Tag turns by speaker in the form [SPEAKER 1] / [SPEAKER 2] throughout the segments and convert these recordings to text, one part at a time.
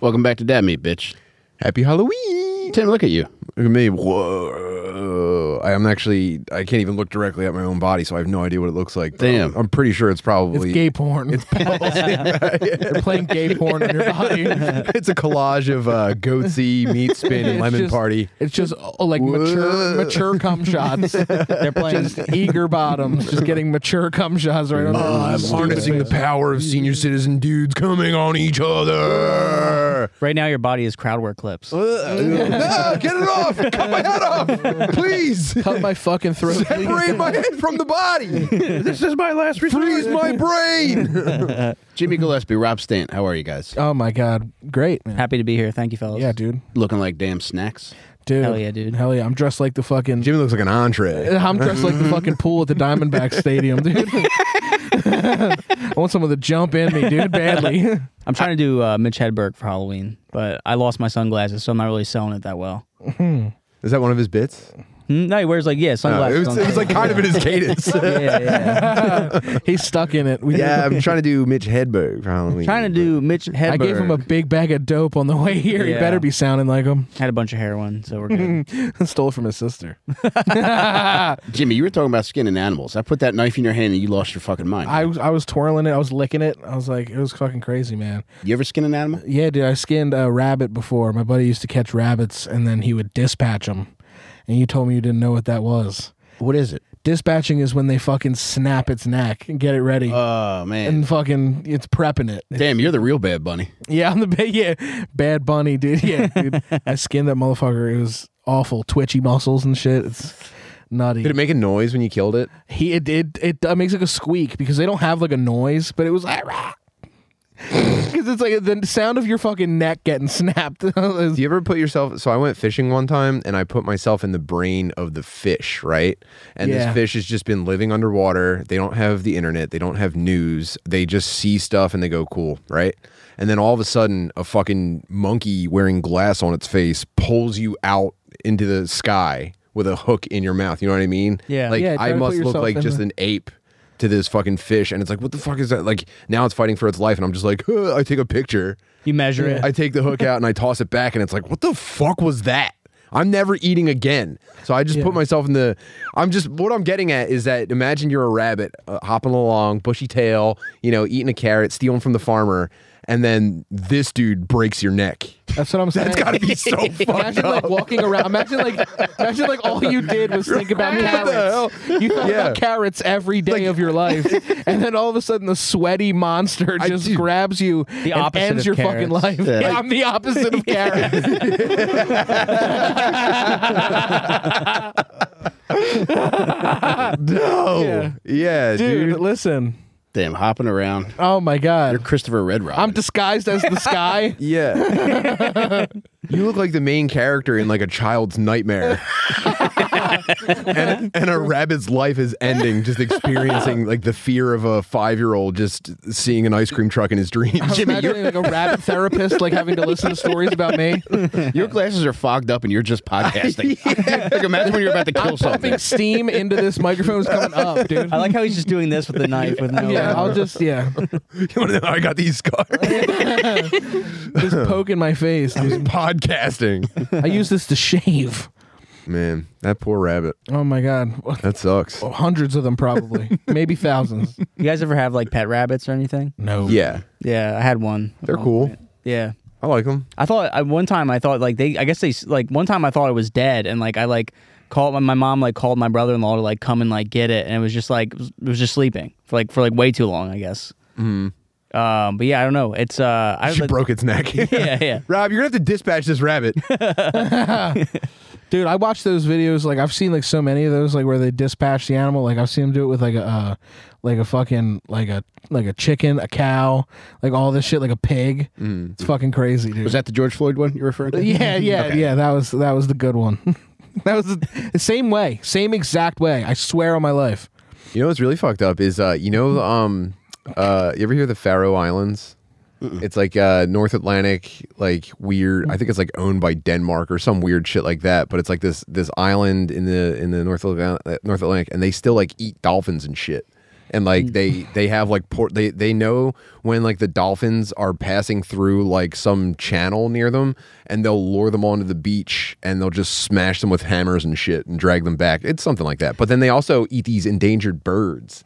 [SPEAKER 1] Welcome back to Dad Meat, bitch.
[SPEAKER 2] Happy Halloween.
[SPEAKER 1] Tim, look at you.
[SPEAKER 2] Look at me. Whoa. I'm actually, I can't even look directly at my own body, so I have no idea what it looks like. but
[SPEAKER 1] Damn.
[SPEAKER 2] I'm, I'm pretty sure it's probably.
[SPEAKER 3] It's gay porn. It's You're playing gay porn on your body.
[SPEAKER 2] It's a collage of uh, goatsy, meat spin, and
[SPEAKER 3] It's
[SPEAKER 2] lemon
[SPEAKER 3] just-
[SPEAKER 2] party.
[SPEAKER 3] It's just oh, like
[SPEAKER 2] Whoa.
[SPEAKER 3] mature, mature cum shots. They're playing eager bottoms, just getting mature cum shots right on their
[SPEAKER 2] Oh,
[SPEAKER 3] stupid face.
[SPEAKER 2] Uh, power of senior citizen dudes coming on each other.
[SPEAKER 4] Right now, your body is crowd work clips.
[SPEAKER 3] Oh.
[SPEAKER 2] no, get it off. Cut my head off. Please.
[SPEAKER 3] Cut my fucking throat. please.
[SPEAKER 2] Separate my head from the body. This is my last resort. Freeze my brain.
[SPEAKER 1] Jimmy Gillespie, Rob Stant. How are you guys?
[SPEAKER 3] Oh my god, great man.
[SPEAKER 4] Happy to be here. Thank you, fellas.
[SPEAKER 3] Yeah, dude,
[SPEAKER 1] Looking like damn snacks.
[SPEAKER 3] dude.
[SPEAKER 4] Hell yeah, dude.
[SPEAKER 3] Hell yeah. I'm dressed like the fucking.
[SPEAKER 2] Jimmy looks like an entree.
[SPEAKER 3] I'm dressed like the fucking pool at the Diamondback Stadium, dude. I want someone to jump in me, dude, badly.
[SPEAKER 4] I'm trying to do uh, Mitch Hedberg for Halloween, but I lost my sunglasses, so I'm not really selling it that well.
[SPEAKER 2] Is that one of his bits?
[SPEAKER 4] Hmm, No, he wears
[SPEAKER 3] Oh,
[SPEAKER 4] like yeah
[SPEAKER 2] No,
[SPEAKER 4] sunglasses.
[SPEAKER 2] Uh, it, was,
[SPEAKER 4] on.
[SPEAKER 2] it was like kind of in his cadence.
[SPEAKER 4] yeah, yeah, yeah.
[SPEAKER 3] He's stuck in it. We
[SPEAKER 2] yeah, I'm trying to do Mitch Hedberg for Halloween.
[SPEAKER 4] trying to do Mitch Hedberg.
[SPEAKER 3] I gave him a big bag of dope on the way here. He
[SPEAKER 4] Yeah.
[SPEAKER 3] better be sounding like him.
[SPEAKER 4] had a bunch of heroin, so we're good.
[SPEAKER 3] Stole from his sister.
[SPEAKER 1] Jimmy, you were talking about skinning animals. I put that knife in your hand and you lost your fucking mind.
[SPEAKER 3] I was I was twirling it. I was licking it. I was like, it was fucking crazy, man.
[SPEAKER 1] you ever skin an animal?
[SPEAKER 3] Yeah, dude. I skinned a rabbit before. My buddy used to catch rabbits, and then he would dispatch them. And you told me you didn't know what that was.
[SPEAKER 1] What is it?
[SPEAKER 3] Dispatching is when they fucking snap its neck and get it ready,
[SPEAKER 1] Oh, man.
[SPEAKER 3] and fucking it's prepping it.
[SPEAKER 1] Damn, you're the real bad bunny.
[SPEAKER 3] Yeah, I'm the bad. Yeah, bad bunny, dude. Yeah, dude. I skinned that motherfucker. It was awful, twitchy muscles and shit. It's nutty.
[SPEAKER 2] Did it make a noise when you killed it?
[SPEAKER 3] He it it, it uh, makes like a squeak because they don't have like a noise, but it was like because it's like the sound of your fucking neck getting snapped. It was-
[SPEAKER 2] Do you ever put yourself? So I went fishing one time, and I put myself in the brain of the fish, right? And
[SPEAKER 3] Yeah.
[SPEAKER 2] this fish has just been living underwater. They don't have the internet. They don't have news. They just see stuff and they go cool, right? And then all of a sudden, a fucking monkey wearing glass on its face pulls you out into the sky with a hook in your mouth. You know what I mean?
[SPEAKER 4] Yeah.
[SPEAKER 2] Like
[SPEAKER 3] Yeah, try
[SPEAKER 2] I
[SPEAKER 3] to put
[SPEAKER 2] must look
[SPEAKER 3] yourself
[SPEAKER 2] like
[SPEAKER 3] in
[SPEAKER 2] just
[SPEAKER 3] the-
[SPEAKER 2] an ape. To this fucking fish, and it's like, what the fuck is that? Like, now it's fighting for its life, and I'm just like, I take a picture,
[SPEAKER 4] You measure it.
[SPEAKER 2] I take the hook out and I toss it back, and it's like, what the fuck was that? I'm never eating again. So I just put myself in the. I'm just. What I'm getting at is that imagine you're a rabbit uh, hopping along, bushy tail, you know, eating a carrot, stealing from the farmer, and then this dude breaks your neck.
[SPEAKER 3] that's what I'm saying.
[SPEAKER 2] That's gotta be so fucked
[SPEAKER 3] Imagine
[SPEAKER 2] up.
[SPEAKER 3] like walking around. Imagine like imagine like all you did was think about
[SPEAKER 2] What the hell?
[SPEAKER 3] carrots. You thought
[SPEAKER 2] Yeah.
[SPEAKER 3] about carrots every day of your life, and then all of a sudden the sweaty monster
[SPEAKER 2] I
[SPEAKER 3] just
[SPEAKER 2] do-
[SPEAKER 3] grabs you and
[SPEAKER 4] opposite
[SPEAKER 3] ends
[SPEAKER 4] of
[SPEAKER 3] your fucking
[SPEAKER 4] carrots.
[SPEAKER 3] life. Yeah. I'm the opposite of carrots.
[SPEAKER 2] No.
[SPEAKER 3] Yeah.
[SPEAKER 2] Yeah, dude.
[SPEAKER 3] Dude, listen.
[SPEAKER 1] Damn, hopping around.
[SPEAKER 3] Oh my god.
[SPEAKER 1] You're Christopher Red Robin.
[SPEAKER 3] I'm disguised as the sky.
[SPEAKER 2] Yeah. you look like the main character in like a child's nightmare. and, and a rabbit's life is ending, just experiencing like the fear of a five year old just seeing an ice cream truck in his dreams.
[SPEAKER 3] Jimmy, you're like a rabbit therapist, like having to listen to stories about me.
[SPEAKER 1] Your glasses are fogged up and you're just podcasting. like, imagine when you're about to kill something.
[SPEAKER 3] Pumping steam into this microphone is coming up, dude.
[SPEAKER 4] I like how he's just doing this with the knife with no.
[SPEAKER 3] Yeah, I'll just yeah,
[SPEAKER 2] you wanna know how I got these scars?
[SPEAKER 3] just poke in my face.
[SPEAKER 2] I
[SPEAKER 3] dude.
[SPEAKER 2] was podcasting.
[SPEAKER 3] I use this to shave.
[SPEAKER 2] Man, that poor rabbit.
[SPEAKER 3] Oh my god,
[SPEAKER 2] That sucks.
[SPEAKER 3] hundreds of them probably, maybe thousands.
[SPEAKER 4] You guys ever have like pet rabbits or anything?
[SPEAKER 3] No,
[SPEAKER 2] Yeah,
[SPEAKER 4] Yeah, I had one.
[SPEAKER 2] they're cool.
[SPEAKER 4] Yeah.
[SPEAKER 2] I like them.
[SPEAKER 4] I thought I, one time I thought like they I guess they s- like one time I thought it was dead and like I like called my, my mom like called my brother in law to like come and like get it and it was just like it was, it was just sleeping for like for like way too long I guess.
[SPEAKER 1] Mm-hmm.
[SPEAKER 4] Mm. Um, but yeah, I don't know. It's uh, I
[SPEAKER 2] She
[SPEAKER 4] like,
[SPEAKER 2] broke its neck.
[SPEAKER 4] Yeah, yeah.
[SPEAKER 2] Rob, you're gonna have to dispatch this rabbit.
[SPEAKER 3] dude, I watch those videos. Like I've seen like so many of those, like where they dispatch the animal. Like I've seen them do it with like a, uh, like a fucking like a like a chicken, a cow, like all this shit, like a pig. It's fucking crazy, dude.
[SPEAKER 1] Was that the George Floyd one you're referring to?
[SPEAKER 3] Yeah, yeah, yeah. That was that was the good one. that was the, the same way, same exact way. I swear on my life.
[SPEAKER 2] You know what's really fucked up is uh you know um uh you ever hear the Faroe Islands? It's like uh North Atlantic like weird I think it's like owned by Denmark or some weird shit like that, but it's like uh, this this island in the in the North Atlantic, North Atlantic and they still like eat dolphins and shit. and like they they have like port they they know when like the dolphins are passing through like some channel near them and they'll lure them onto the beach and they'll just smash them with hammers and shit and drag them back it's something like that but then they also eat these endangered birds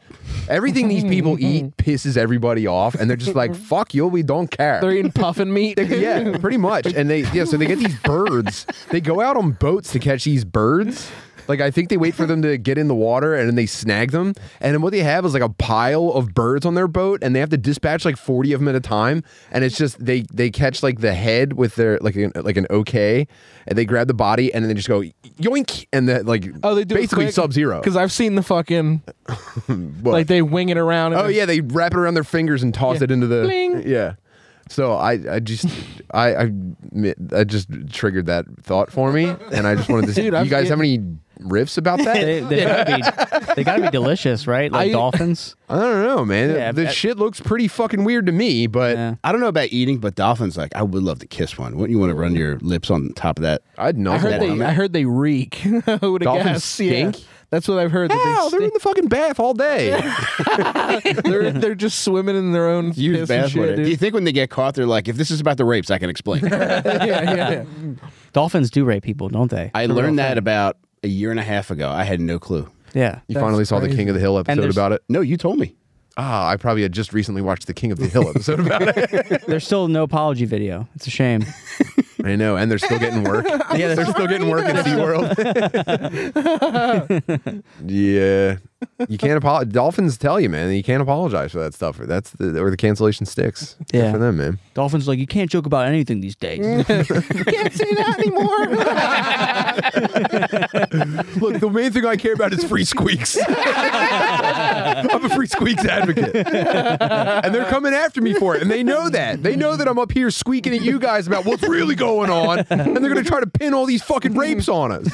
[SPEAKER 2] everything these people eat pisses everybody off and they're just like fuck you we don't care
[SPEAKER 3] They're eating puffin meat.
[SPEAKER 2] yeah, pretty much. And they yeah, so they get these birds. They go out on boats to catch these birds. Like I think they wait for them to get in the water and then they snag them. And then what they have is like a pile of birds on their boat and they have to dispatch like 40 of them at a time and it's just they they catch like the head with their like an, like an okay and they grab the body and then they just go yoink and that like
[SPEAKER 3] Oh, they do
[SPEAKER 2] basically sub zero.
[SPEAKER 3] Because I've seen the fucking like they wing it around. And
[SPEAKER 2] Oh yeah, they wrap it around their fingers and toss
[SPEAKER 3] Yeah.
[SPEAKER 2] it into the
[SPEAKER 3] Bling.
[SPEAKER 2] yeah. So I I just I I mi- I just triggered that thought for me, and I just wanted to see.
[SPEAKER 3] Dude,
[SPEAKER 2] you
[SPEAKER 3] I've-
[SPEAKER 2] guys have any riffs about that?
[SPEAKER 4] They, they gotta be, they gotta be delicious, right? Like
[SPEAKER 3] I-
[SPEAKER 4] dolphins.
[SPEAKER 2] I don't know, man.
[SPEAKER 4] Yeah,
[SPEAKER 2] the
[SPEAKER 4] I-
[SPEAKER 2] shit looks pretty fucking weird to me, but
[SPEAKER 4] Yeah.
[SPEAKER 1] I don't know about eating, but dolphins like I would love to kiss one. Wouldn't you want to run your lips on top of that?
[SPEAKER 2] I'd know.
[SPEAKER 3] I
[SPEAKER 1] that
[SPEAKER 3] heard they.
[SPEAKER 1] one.
[SPEAKER 3] I heard they reek. Who would have
[SPEAKER 2] Dolphins
[SPEAKER 3] guessed?
[SPEAKER 2] stink?
[SPEAKER 3] Yeah. That's what I've heard. That
[SPEAKER 2] Wow,
[SPEAKER 3] they
[SPEAKER 2] they're in
[SPEAKER 3] stink.
[SPEAKER 2] the fucking bath all day.
[SPEAKER 3] They're, they're just swimming in their own
[SPEAKER 1] Use
[SPEAKER 3] piss and
[SPEAKER 1] bathwater.
[SPEAKER 3] shit, dude.
[SPEAKER 1] Do you think when they get caught, they're like, if this is about the rapes, I can explain.
[SPEAKER 3] yeah, yeah, yeah.
[SPEAKER 4] Dolphins do rape people, don't they?
[SPEAKER 1] I learned that about a year and a half ago. I had no clue.
[SPEAKER 4] yeah.
[SPEAKER 2] You
[SPEAKER 3] That's
[SPEAKER 2] finally saw the
[SPEAKER 3] crazy.
[SPEAKER 2] King of the Hill episode
[SPEAKER 4] there's-
[SPEAKER 2] about it.
[SPEAKER 1] No, you told me.
[SPEAKER 2] Ah, I probably had just recently watched the King of the Hill episode about it.
[SPEAKER 4] There's still no apology video. It's a shame.
[SPEAKER 2] I know, and they're still getting work. yeah, they're still getting work at SeaWorld. yeah, you can't apologize. Dolphins tell you, man, you can't apologize for that stuff. That's the or the cancellation sticks. Good
[SPEAKER 4] Yeah.
[SPEAKER 2] for them, man.
[SPEAKER 4] Dolphins like you can't joke about anything these days.
[SPEAKER 3] can't say that anymore.
[SPEAKER 2] Look, the main thing I care about is free squeaks. I'm a free squeaks advocate, and they're coming after me for it, and they know that. They know that I'm up here squeaking at you guys about what's really going on, and they're gonna try to pin all these fucking rapes on us.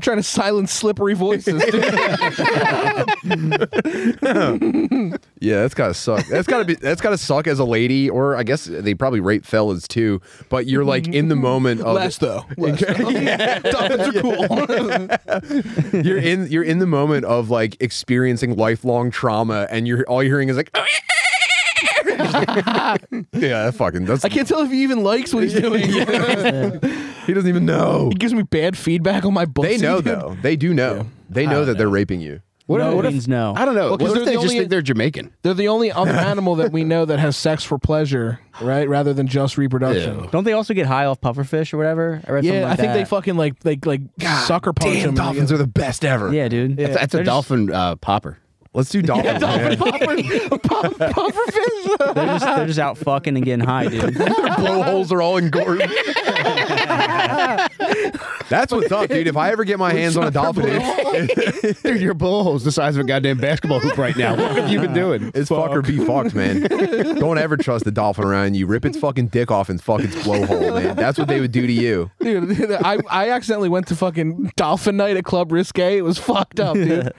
[SPEAKER 3] trying to silence slippery voices. Dude.
[SPEAKER 2] Yeah, that's gotta suck. That's gotta be. That's gotta suck as a lady, or I guess they probably rape fellas too. But you're like in the moment of
[SPEAKER 3] Mm-hmm. Less though. Less
[SPEAKER 2] Yeah.
[SPEAKER 3] Dolphins are cool.
[SPEAKER 2] you're in. You're in the moment of like experiencing lifelong trauma, and you're all you're hearing is like. yeah, that fucking. That's.
[SPEAKER 3] I can't tell if he even likes what he's doing.
[SPEAKER 2] He doesn't even know.
[SPEAKER 3] He gives me bad feedback on my books.
[SPEAKER 2] They know
[SPEAKER 3] dude.
[SPEAKER 2] though. They do know. They know that they're raping you.
[SPEAKER 1] What,
[SPEAKER 4] No
[SPEAKER 1] what
[SPEAKER 4] means
[SPEAKER 1] if,
[SPEAKER 4] no.
[SPEAKER 1] I don't know.
[SPEAKER 3] Well, 'cause
[SPEAKER 1] what
[SPEAKER 3] they're
[SPEAKER 1] if they
[SPEAKER 3] the
[SPEAKER 1] just
[SPEAKER 3] only-
[SPEAKER 1] think they're Jamaican?
[SPEAKER 3] They're the only other animal that we know that has sex for pleasure, right? Rather than just reproduction.
[SPEAKER 1] Ew.
[SPEAKER 4] don't they also get high off pufferfish or whatever? I read something
[SPEAKER 3] Yeah,
[SPEAKER 4] like
[SPEAKER 3] I think
[SPEAKER 4] that.
[SPEAKER 3] they fucking like like like sucker punch
[SPEAKER 2] Damn,
[SPEAKER 3] them.
[SPEAKER 2] dolphins are the best ever.
[SPEAKER 4] Yeah, dude.
[SPEAKER 1] That's, that's a
[SPEAKER 4] They're just-
[SPEAKER 1] dolphin uh, popper.
[SPEAKER 2] Let's do dolphins. man.
[SPEAKER 4] They're just, they're just out fucking and getting high, dude.
[SPEAKER 2] Their blowholes are all engorged. That's what's up, dude. If I ever get my hands on a dolphin, it's,
[SPEAKER 1] Dude, your bullhole's the size of a goddamn basketball hoop right now. What have you been doing?
[SPEAKER 2] it's fuck or be fucked, man. Don't ever trust a dolphin around you. Rip its fucking dick off and fuck its blowhole, man. That's what they would do to you.
[SPEAKER 3] dude. dude, I, I accidentally went to fucking dolphin night at Club Risque. It was fucked up, dude.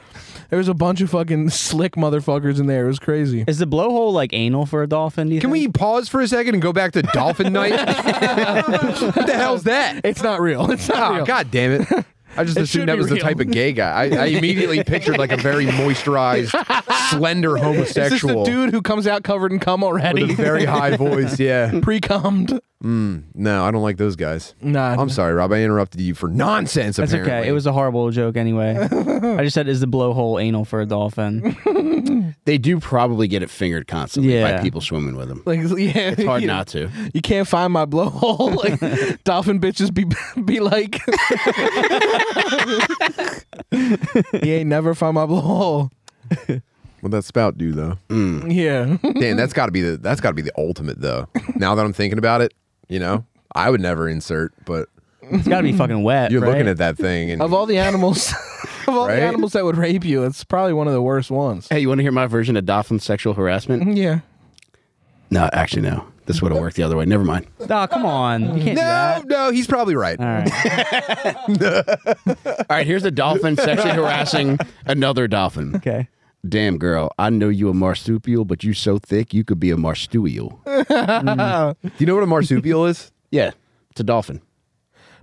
[SPEAKER 3] there was a bunch of fucking slick motherfuckers in there. It was crazy.
[SPEAKER 4] Is the blowhole like anal for a dolphin? Do you
[SPEAKER 2] Can
[SPEAKER 4] think?
[SPEAKER 2] we pause for a second and go back to dolphin night? what the hell's that?
[SPEAKER 3] It's not real. It's not
[SPEAKER 2] Oh,
[SPEAKER 3] real.
[SPEAKER 2] God damn it. I just
[SPEAKER 3] should
[SPEAKER 2] assumed that
[SPEAKER 3] be
[SPEAKER 2] was the
[SPEAKER 3] real.
[SPEAKER 2] type of gay guy. I, I immediately pictured like a very moisturized, slender
[SPEAKER 3] Is this
[SPEAKER 2] homosexual
[SPEAKER 3] the dude who comes out covered in cum already?
[SPEAKER 2] with a very high voice. Yeah.
[SPEAKER 3] Pre-cummed.
[SPEAKER 2] No, I don't like those guys.
[SPEAKER 3] Nah.
[SPEAKER 2] I'm sorry, Rob. I interrupted you for nonsense.
[SPEAKER 4] That's
[SPEAKER 2] apparently.
[SPEAKER 4] okay. It was a horrible joke anyway. I just said, is the blowhole anal for a dolphin?
[SPEAKER 1] They do probably get it fingered constantly by
[SPEAKER 4] Yeah.
[SPEAKER 1] people swimming with them.
[SPEAKER 3] Like, yeah,
[SPEAKER 1] It's hard
[SPEAKER 3] you,
[SPEAKER 1] not to.
[SPEAKER 3] You can't find my blowhole. Like, dolphin bitches be be like, he ain't never find my blowhole.
[SPEAKER 2] Well, that spout do though.
[SPEAKER 3] Yeah,
[SPEAKER 2] Damn, that's got to be the that's got to be the ultimate though. now that I'm thinking about it, you know, I would never insert, but
[SPEAKER 4] It's got to be fucking wet.
[SPEAKER 2] you're
[SPEAKER 4] right?
[SPEAKER 2] looking at that thing and
[SPEAKER 3] of all the animals, of all
[SPEAKER 2] Right?
[SPEAKER 3] the animals that would rape you, it's probably one of the worst ones.
[SPEAKER 1] Hey, you want to hear my version of dolphin sexual harassment?
[SPEAKER 3] Yeah,
[SPEAKER 1] No, actually, no. This would have worked the other way. Never mind.
[SPEAKER 4] Oh, come on. You can't do
[SPEAKER 2] no,
[SPEAKER 4] that.
[SPEAKER 2] no, he's probably right.
[SPEAKER 4] All right.
[SPEAKER 1] All right, here's a dolphin sexually harassing another dolphin.
[SPEAKER 4] Okay.
[SPEAKER 1] Damn, girl, I know you a marsupial, but you so thick you could be a marsupial.
[SPEAKER 2] Do you know what a marsupial is?
[SPEAKER 1] Yeah, it's a dolphin.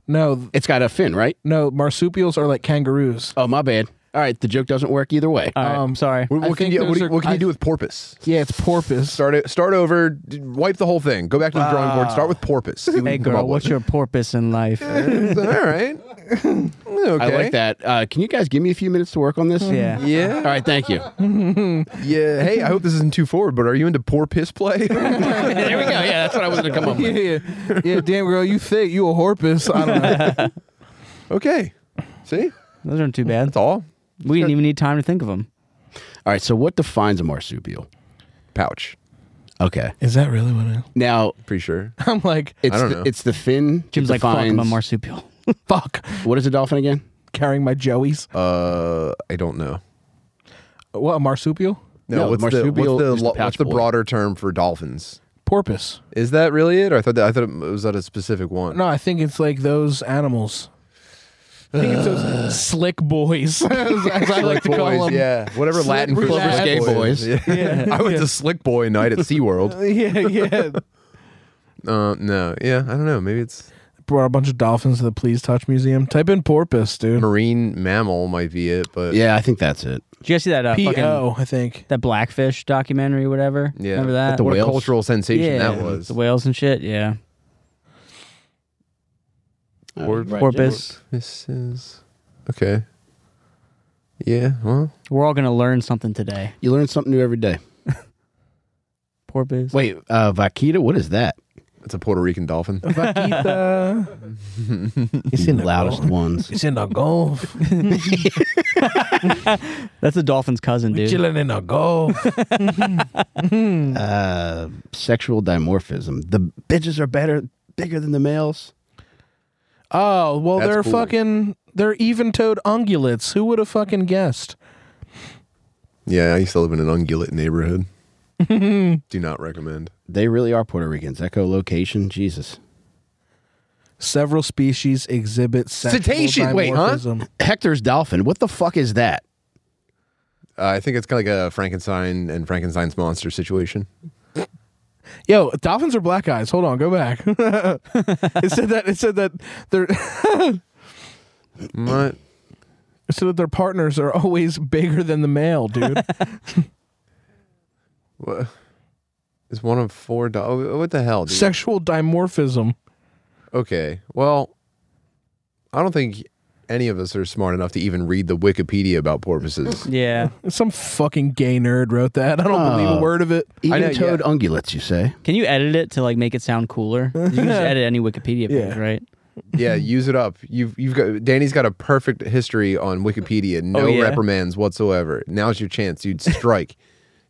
[SPEAKER 3] no, th-
[SPEAKER 1] It's got a fin, right?
[SPEAKER 3] no, marsupials are like kangaroos.
[SPEAKER 1] Oh, my bad. Uh, All right, the joke doesn't work either way.
[SPEAKER 4] All right,
[SPEAKER 3] Um,
[SPEAKER 4] sorry.
[SPEAKER 2] What, what can
[SPEAKER 3] think
[SPEAKER 2] you what,
[SPEAKER 3] those
[SPEAKER 2] do-
[SPEAKER 3] are-
[SPEAKER 2] what can
[SPEAKER 3] I-
[SPEAKER 2] you do with porpoise?
[SPEAKER 3] Yeah, it's porpoise.
[SPEAKER 2] Start it. Start over. d- Wipe the whole thing. Go back to the drawing board. Start with porpoise. See what
[SPEAKER 4] Hey
[SPEAKER 2] you can come
[SPEAKER 4] girl,
[SPEAKER 2] up
[SPEAKER 4] what's
[SPEAKER 2] with.
[SPEAKER 4] your porpoise in life?
[SPEAKER 2] All right. Okay.
[SPEAKER 1] I like that. Uh, can you guys give me a few minutes to work on this?
[SPEAKER 4] yeah.
[SPEAKER 1] All
[SPEAKER 2] Yeah.
[SPEAKER 1] right, thank you.
[SPEAKER 2] Yeah. Hey, I hope this isn't too forward, but are you into porpoise play?
[SPEAKER 1] there we go. Yeah, that's what I was going to come up
[SPEAKER 3] yeah,
[SPEAKER 1] with.
[SPEAKER 3] yeah, yeah. Damn girl, you thick. You a porpoise. I don't know.
[SPEAKER 2] okay. See,
[SPEAKER 4] Those aren't too bad.
[SPEAKER 2] that's all.
[SPEAKER 4] We didn't even need time to think of them.
[SPEAKER 1] All right, so what defines a marsupial?
[SPEAKER 2] Pouch.
[SPEAKER 1] Okay.
[SPEAKER 3] Is that really what it is?
[SPEAKER 1] Now,
[SPEAKER 2] Pretty sure.
[SPEAKER 3] I'm like,
[SPEAKER 1] it's
[SPEAKER 2] don't
[SPEAKER 1] the,
[SPEAKER 2] know.
[SPEAKER 1] it's the fin.
[SPEAKER 4] Jim's
[SPEAKER 1] that
[SPEAKER 4] like, fuck, I'm a
[SPEAKER 1] defines-
[SPEAKER 4] marsupial.
[SPEAKER 3] fuck,
[SPEAKER 1] What is a dolphin again?
[SPEAKER 3] carrying my joeys.
[SPEAKER 2] Uh, I don't know.
[SPEAKER 3] What a marsupial?
[SPEAKER 1] No,
[SPEAKER 2] what's
[SPEAKER 1] marsupial
[SPEAKER 2] the,
[SPEAKER 1] is
[SPEAKER 2] what's
[SPEAKER 1] the
[SPEAKER 2] the, lo-
[SPEAKER 1] pouch
[SPEAKER 2] what's the
[SPEAKER 1] boy.
[SPEAKER 2] broader term for dolphins?
[SPEAKER 3] Porpoise.
[SPEAKER 2] Is that really it? Or I thought that, I thought it was that a specific one.
[SPEAKER 3] No, I think it's like those animals. I think it's those slick boys, as, as I like to call
[SPEAKER 2] boys,
[SPEAKER 3] them.
[SPEAKER 2] yeah. Whatever
[SPEAKER 3] Slick
[SPEAKER 2] Latin for
[SPEAKER 3] Clover
[SPEAKER 2] slick
[SPEAKER 1] Skate boys.
[SPEAKER 2] is. Yeah. I went to Slick Boy night at SeaWorld.
[SPEAKER 3] yeah, yeah.
[SPEAKER 2] Uh, no, yeah, I don't know. Maybe it's
[SPEAKER 3] Brought a bunch of dolphins to the Please Touch Museum. Type in porpoise, dude.
[SPEAKER 2] marine mammal might be it, but
[SPEAKER 1] Uh, Yeah, I think that's it.
[SPEAKER 4] Did you guys see that uh, fucking
[SPEAKER 3] P.O. I think.
[SPEAKER 4] that blackfish documentary, whatever?
[SPEAKER 2] yeah.
[SPEAKER 4] Remember that?
[SPEAKER 1] the
[SPEAKER 2] what
[SPEAKER 1] whales?
[SPEAKER 2] a cultural sensation
[SPEAKER 4] yeah,
[SPEAKER 2] that was.
[SPEAKER 4] the whales and shit. Yeah,
[SPEAKER 1] Or
[SPEAKER 4] porpoise.
[SPEAKER 2] This is okay. Yeah, well,
[SPEAKER 4] We're all gonna learn something today.
[SPEAKER 1] You learn something new every day.
[SPEAKER 4] Porpoise.
[SPEAKER 1] Wait, uh, vaquita? What is that?
[SPEAKER 2] it's a Puerto Rican dolphin.
[SPEAKER 3] Vaquita.
[SPEAKER 1] It's in the loudest ones.
[SPEAKER 3] it's in the Gulf.
[SPEAKER 4] that's a dolphin's cousin, dude.
[SPEAKER 3] Chilling in the Gulf. Hmm.
[SPEAKER 1] Uh, sexual dimorphism. The bitches are better, bigger than the males.
[SPEAKER 3] Oh, well,
[SPEAKER 2] That's
[SPEAKER 3] they're
[SPEAKER 2] cool.
[SPEAKER 3] fucking, they're even toed ungulates. Who would have fucking guessed?
[SPEAKER 2] yeah, I used to live in an ungulate neighborhood. Do not recommend.
[SPEAKER 1] They really are Puerto Ricans. Echolocation, Jesus.
[SPEAKER 3] Several species exhibit sexual
[SPEAKER 1] Cetacean, wait, huh?
[SPEAKER 3] dimorphism.
[SPEAKER 1] Hector's dolphin. What the fuck is that?
[SPEAKER 2] Uh, I think it's kind of like a Frankenstein and Frankenstein's monster situation.
[SPEAKER 3] Yo, dolphins are black eyes. Hold on, go back. it said that it said that their it
[SPEAKER 2] What?
[SPEAKER 3] said that their partners are always bigger than the male, dude.
[SPEAKER 2] What? Is one of four dogs? What the hell? Dude?
[SPEAKER 3] Sexual dimorphism.
[SPEAKER 2] okay, well, I don't think any of us are smart enough to even read the Wikipedia about porpoises.
[SPEAKER 4] Yeah.
[SPEAKER 3] Some fucking gay nerd wrote that. I don't believe
[SPEAKER 1] Oh.
[SPEAKER 3] a word of it.
[SPEAKER 2] know,
[SPEAKER 1] Even toed
[SPEAKER 2] yeah.
[SPEAKER 1] ungulates, you say?
[SPEAKER 4] Can you edit it to like make it sound cooler? You can just edit any Wikipedia page,
[SPEAKER 3] Yeah.
[SPEAKER 4] right?
[SPEAKER 2] yeah, use it up. You've you've got Danny's got a perfect history on Wikipedia. No
[SPEAKER 4] Oh, yeah?
[SPEAKER 2] reprimands whatsoever. Now's your chance. You'd strike.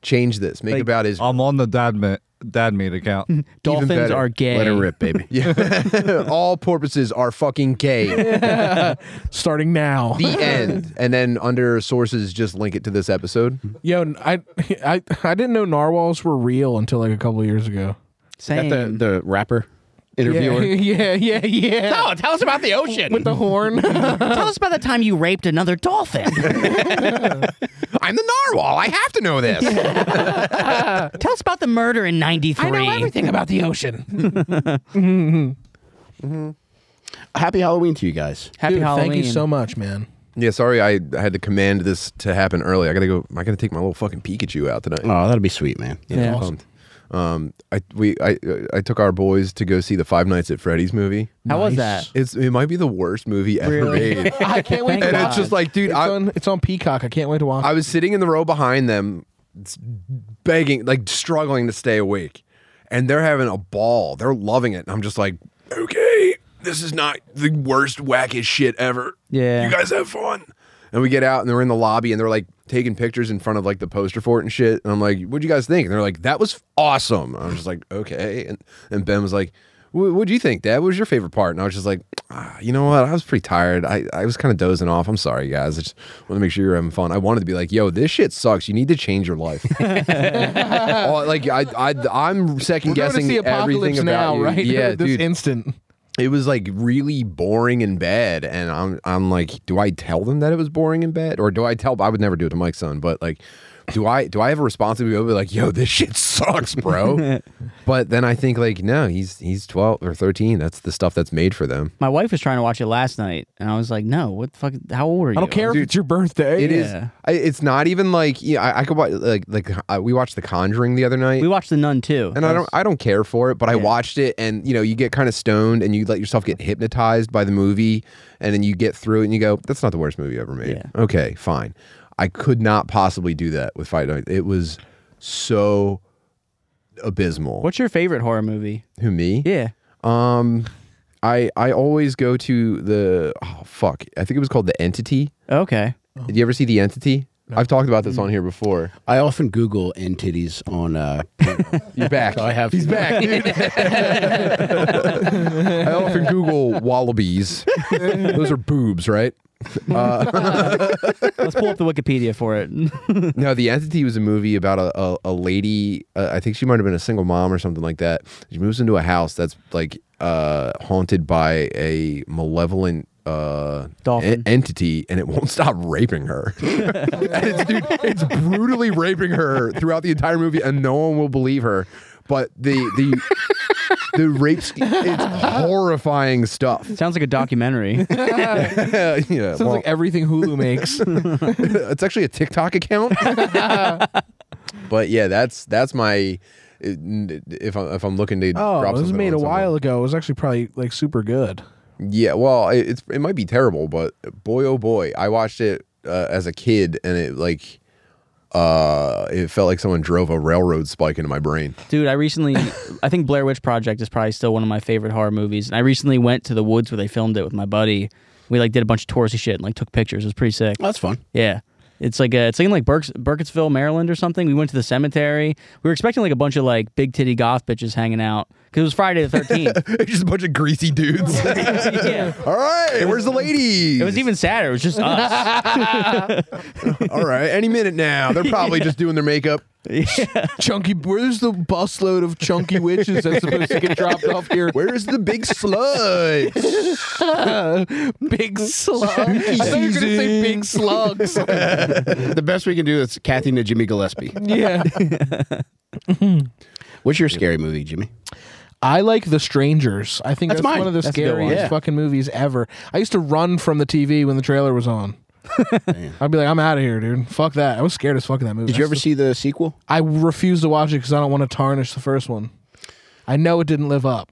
[SPEAKER 2] Change this. Make
[SPEAKER 4] Like,
[SPEAKER 2] about his
[SPEAKER 5] I'm on the dad meat dad meat account.
[SPEAKER 4] Dolphins
[SPEAKER 2] better.
[SPEAKER 4] are gay.
[SPEAKER 1] Let it rip, baby.
[SPEAKER 2] yeah. All porpoises are fucking gay.
[SPEAKER 3] Starting now.
[SPEAKER 2] the end. And then under sources, just link it to this episode.
[SPEAKER 3] Yo, n- I I I didn't know narwhals were real until like a couple years ago.
[SPEAKER 1] Got
[SPEAKER 4] Same.
[SPEAKER 1] the, the rapper
[SPEAKER 3] Yeah,
[SPEAKER 1] interviewer.
[SPEAKER 3] yeah, yeah, yeah.
[SPEAKER 1] Oh, tell us about the ocean.
[SPEAKER 3] With the horn.
[SPEAKER 4] Tell us about the time you raped another dolphin.
[SPEAKER 2] I'm the narwhal. I have to know this.
[SPEAKER 4] Tell us about the murder in '93.
[SPEAKER 3] about the ocean.
[SPEAKER 1] Happy Halloween to you guys.
[SPEAKER 4] Happy
[SPEAKER 3] Dude,
[SPEAKER 4] Halloween.
[SPEAKER 3] Thank you so much, man.
[SPEAKER 2] Yeah, sorry. I I had to command this to happen early. I gotta go. I gotta take my little fucking Pikachu out tonight.
[SPEAKER 1] Oh, that'll be sweet, man.
[SPEAKER 4] Yeah.
[SPEAKER 2] Bummed. Um, I we I I took our boys to go see the Five Nights at Freddy's movie.
[SPEAKER 4] How was
[SPEAKER 3] Nice.
[SPEAKER 4] that?
[SPEAKER 2] It's it might be the worst movie ever
[SPEAKER 4] Really?
[SPEAKER 2] made.
[SPEAKER 3] I can't wait.
[SPEAKER 4] Thank
[SPEAKER 3] to
[SPEAKER 2] and it's
[SPEAKER 3] watch
[SPEAKER 4] God.
[SPEAKER 3] it.
[SPEAKER 2] just like, dude,
[SPEAKER 3] It's,
[SPEAKER 2] I,
[SPEAKER 3] on, it's on Peacock. I can't wait to watch.
[SPEAKER 2] I was sitting in the row behind them, s- begging, like struggling to stay awake, and they're having a ball. They're loving it, and I'm just like, okay, this is not the worst wackest shit ever.
[SPEAKER 4] Yeah.
[SPEAKER 2] you guys have fun. And we get out, and they're in the lobby, and they're like taking pictures in front of like the poster for it and shit. And I'm like, what'd you guys think? And they're like, that was awesome. And I'm just like, okay. And and Ben was like. "Wh- What'd you think, Dad? What was your favorite part? And I was just like, ah, you know what? I was pretty tired. I, I was kind of dozing off. I'm sorry, guys. I just want to make sure you're having fun. I wanted to be like, yo, this shit sucks. You need to change your life. Oh, like I, I I'm second
[SPEAKER 3] We're going to
[SPEAKER 2] guessing everything
[SPEAKER 3] see Apocalypse
[SPEAKER 2] about
[SPEAKER 3] now,
[SPEAKER 2] you.
[SPEAKER 3] right?
[SPEAKER 2] Yeah,
[SPEAKER 3] this
[SPEAKER 2] dude.
[SPEAKER 3] instant.
[SPEAKER 2] it was like really boring and bad, and I'm I'm like, do I tell them that it was boring and bad, or do I tell? I would never do it to Mike's son, but like. do I do I have a responsibility to be like, yo, this shit sucks, bro? but then I think like, no, he's he's twelve or thirteen. That's the stuff that's made for them.
[SPEAKER 4] My wife was trying to watch it last night, and I was like, "No, what the fuck? How old are you?"
[SPEAKER 3] I don't care if it's your birthday.
[SPEAKER 2] It is.
[SPEAKER 4] Yeah.
[SPEAKER 2] I, it's not even like yeah. I, I could watch like like I, we watched The Conjuring the other night.
[SPEAKER 4] We watched The Nun too,
[SPEAKER 2] and I don't, I don't care for it, but I watched it, and you know, you get kind of stoned, and you let yourself get hypnotized by the movie, and then you get through it, and you go, "That's not the worst movie ever made."
[SPEAKER 4] Yeah.
[SPEAKER 2] Okay, fine. I could not possibly do that with Fight Night. It was so abysmal.
[SPEAKER 4] What's your favorite horror movie?
[SPEAKER 2] Who me?
[SPEAKER 4] Yeah,
[SPEAKER 2] Um, I I always go to the oh fuck. I think it was called the Entity.
[SPEAKER 4] okay.
[SPEAKER 2] Did you ever see the Entity? I've talked about
[SPEAKER 4] Mm.
[SPEAKER 2] this on here before.
[SPEAKER 1] I often Google and titties on. Uh,
[SPEAKER 2] You're back.
[SPEAKER 1] So I have-
[SPEAKER 2] He's back, dude. I often Google wallabies. Those are boobs, right? Uh,
[SPEAKER 4] Let's pull up the Wikipedia for it.
[SPEAKER 2] No, the entity was a movie about a a, a lady. Uh, I think she might have been a single mom or something like that. She moves into a house that's like uh, haunted by a malevolent uh,
[SPEAKER 4] Dolphin.
[SPEAKER 2] en- entity, and it won't stop raping her. And it's, dude, it's brutally raping her throughout the entire movie, and no one will believe her. But the the the rapes, it's horrifying stuff.
[SPEAKER 4] Sounds like a documentary.
[SPEAKER 2] yeah, yeah,
[SPEAKER 3] Sounds
[SPEAKER 2] well,
[SPEAKER 3] like everything Hulu makes.
[SPEAKER 2] it's actually a TikTok account. but yeah, that's that's my if I'm if I'm looking to
[SPEAKER 3] oh,
[SPEAKER 2] drop
[SPEAKER 3] it was
[SPEAKER 2] something
[SPEAKER 3] made
[SPEAKER 2] on
[SPEAKER 3] a
[SPEAKER 2] someone.
[SPEAKER 3] while ago. It was actually probably like super good.
[SPEAKER 2] Yeah, well, it, it's it might be terrible, but boy oh boy, I watched it uh, as a kid and it like uh it felt like someone drove a railroad spike into my brain.
[SPEAKER 4] Dude, I recently, I think Blair Witch Project is probably still one of my favorite horror movies. And I recently went to the woods where they filmed it with my buddy. We like did a bunch of touristy shit and like took pictures. It was pretty sick.
[SPEAKER 1] that's fun.
[SPEAKER 4] Yeah. It's like a, it's like in like Burkes, Burkittsville, Maryland or something. We went to the cemetery. We were expecting like a bunch of like big titty goth bitches hanging out because it was Friday the 13th.
[SPEAKER 2] It's just a bunch of greasy dudes.
[SPEAKER 4] yeah.
[SPEAKER 2] All right, where's the ladies?
[SPEAKER 4] It was even sadder. It was just us.
[SPEAKER 2] All right, any minute now. They're probably just doing their makeup.
[SPEAKER 3] Chunky, where's the busload of chunky witches that's supposed to get dropped off here?
[SPEAKER 2] Where's the big sludge?
[SPEAKER 3] Big slugs. I thought you were gonna say big slugs.
[SPEAKER 1] the best we can do is Kathy to Jimmy Gillespie.
[SPEAKER 3] yeah,
[SPEAKER 1] What's your scary movie, Jimmy?
[SPEAKER 3] I like The Strangers. I think
[SPEAKER 1] That's
[SPEAKER 3] that's,
[SPEAKER 1] mine.
[SPEAKER 3] one of the
[SPEAKER 4] That's a good one.
[SPEAKER 3] scariest
[SPEAKER 1] Yeah.
[SPEAKER 3] fucking movies ever. I used to run from the TV when the trailer was on. I'd be like, I'm out of here, dude. Fuck that. I was scared as fuck of that movie.
[SPEAKER 1] Did you ever see the sequel?
[SPEAKER 3] I refuse to watch it because I don't want to tarnish the first one. I know it didn't live up.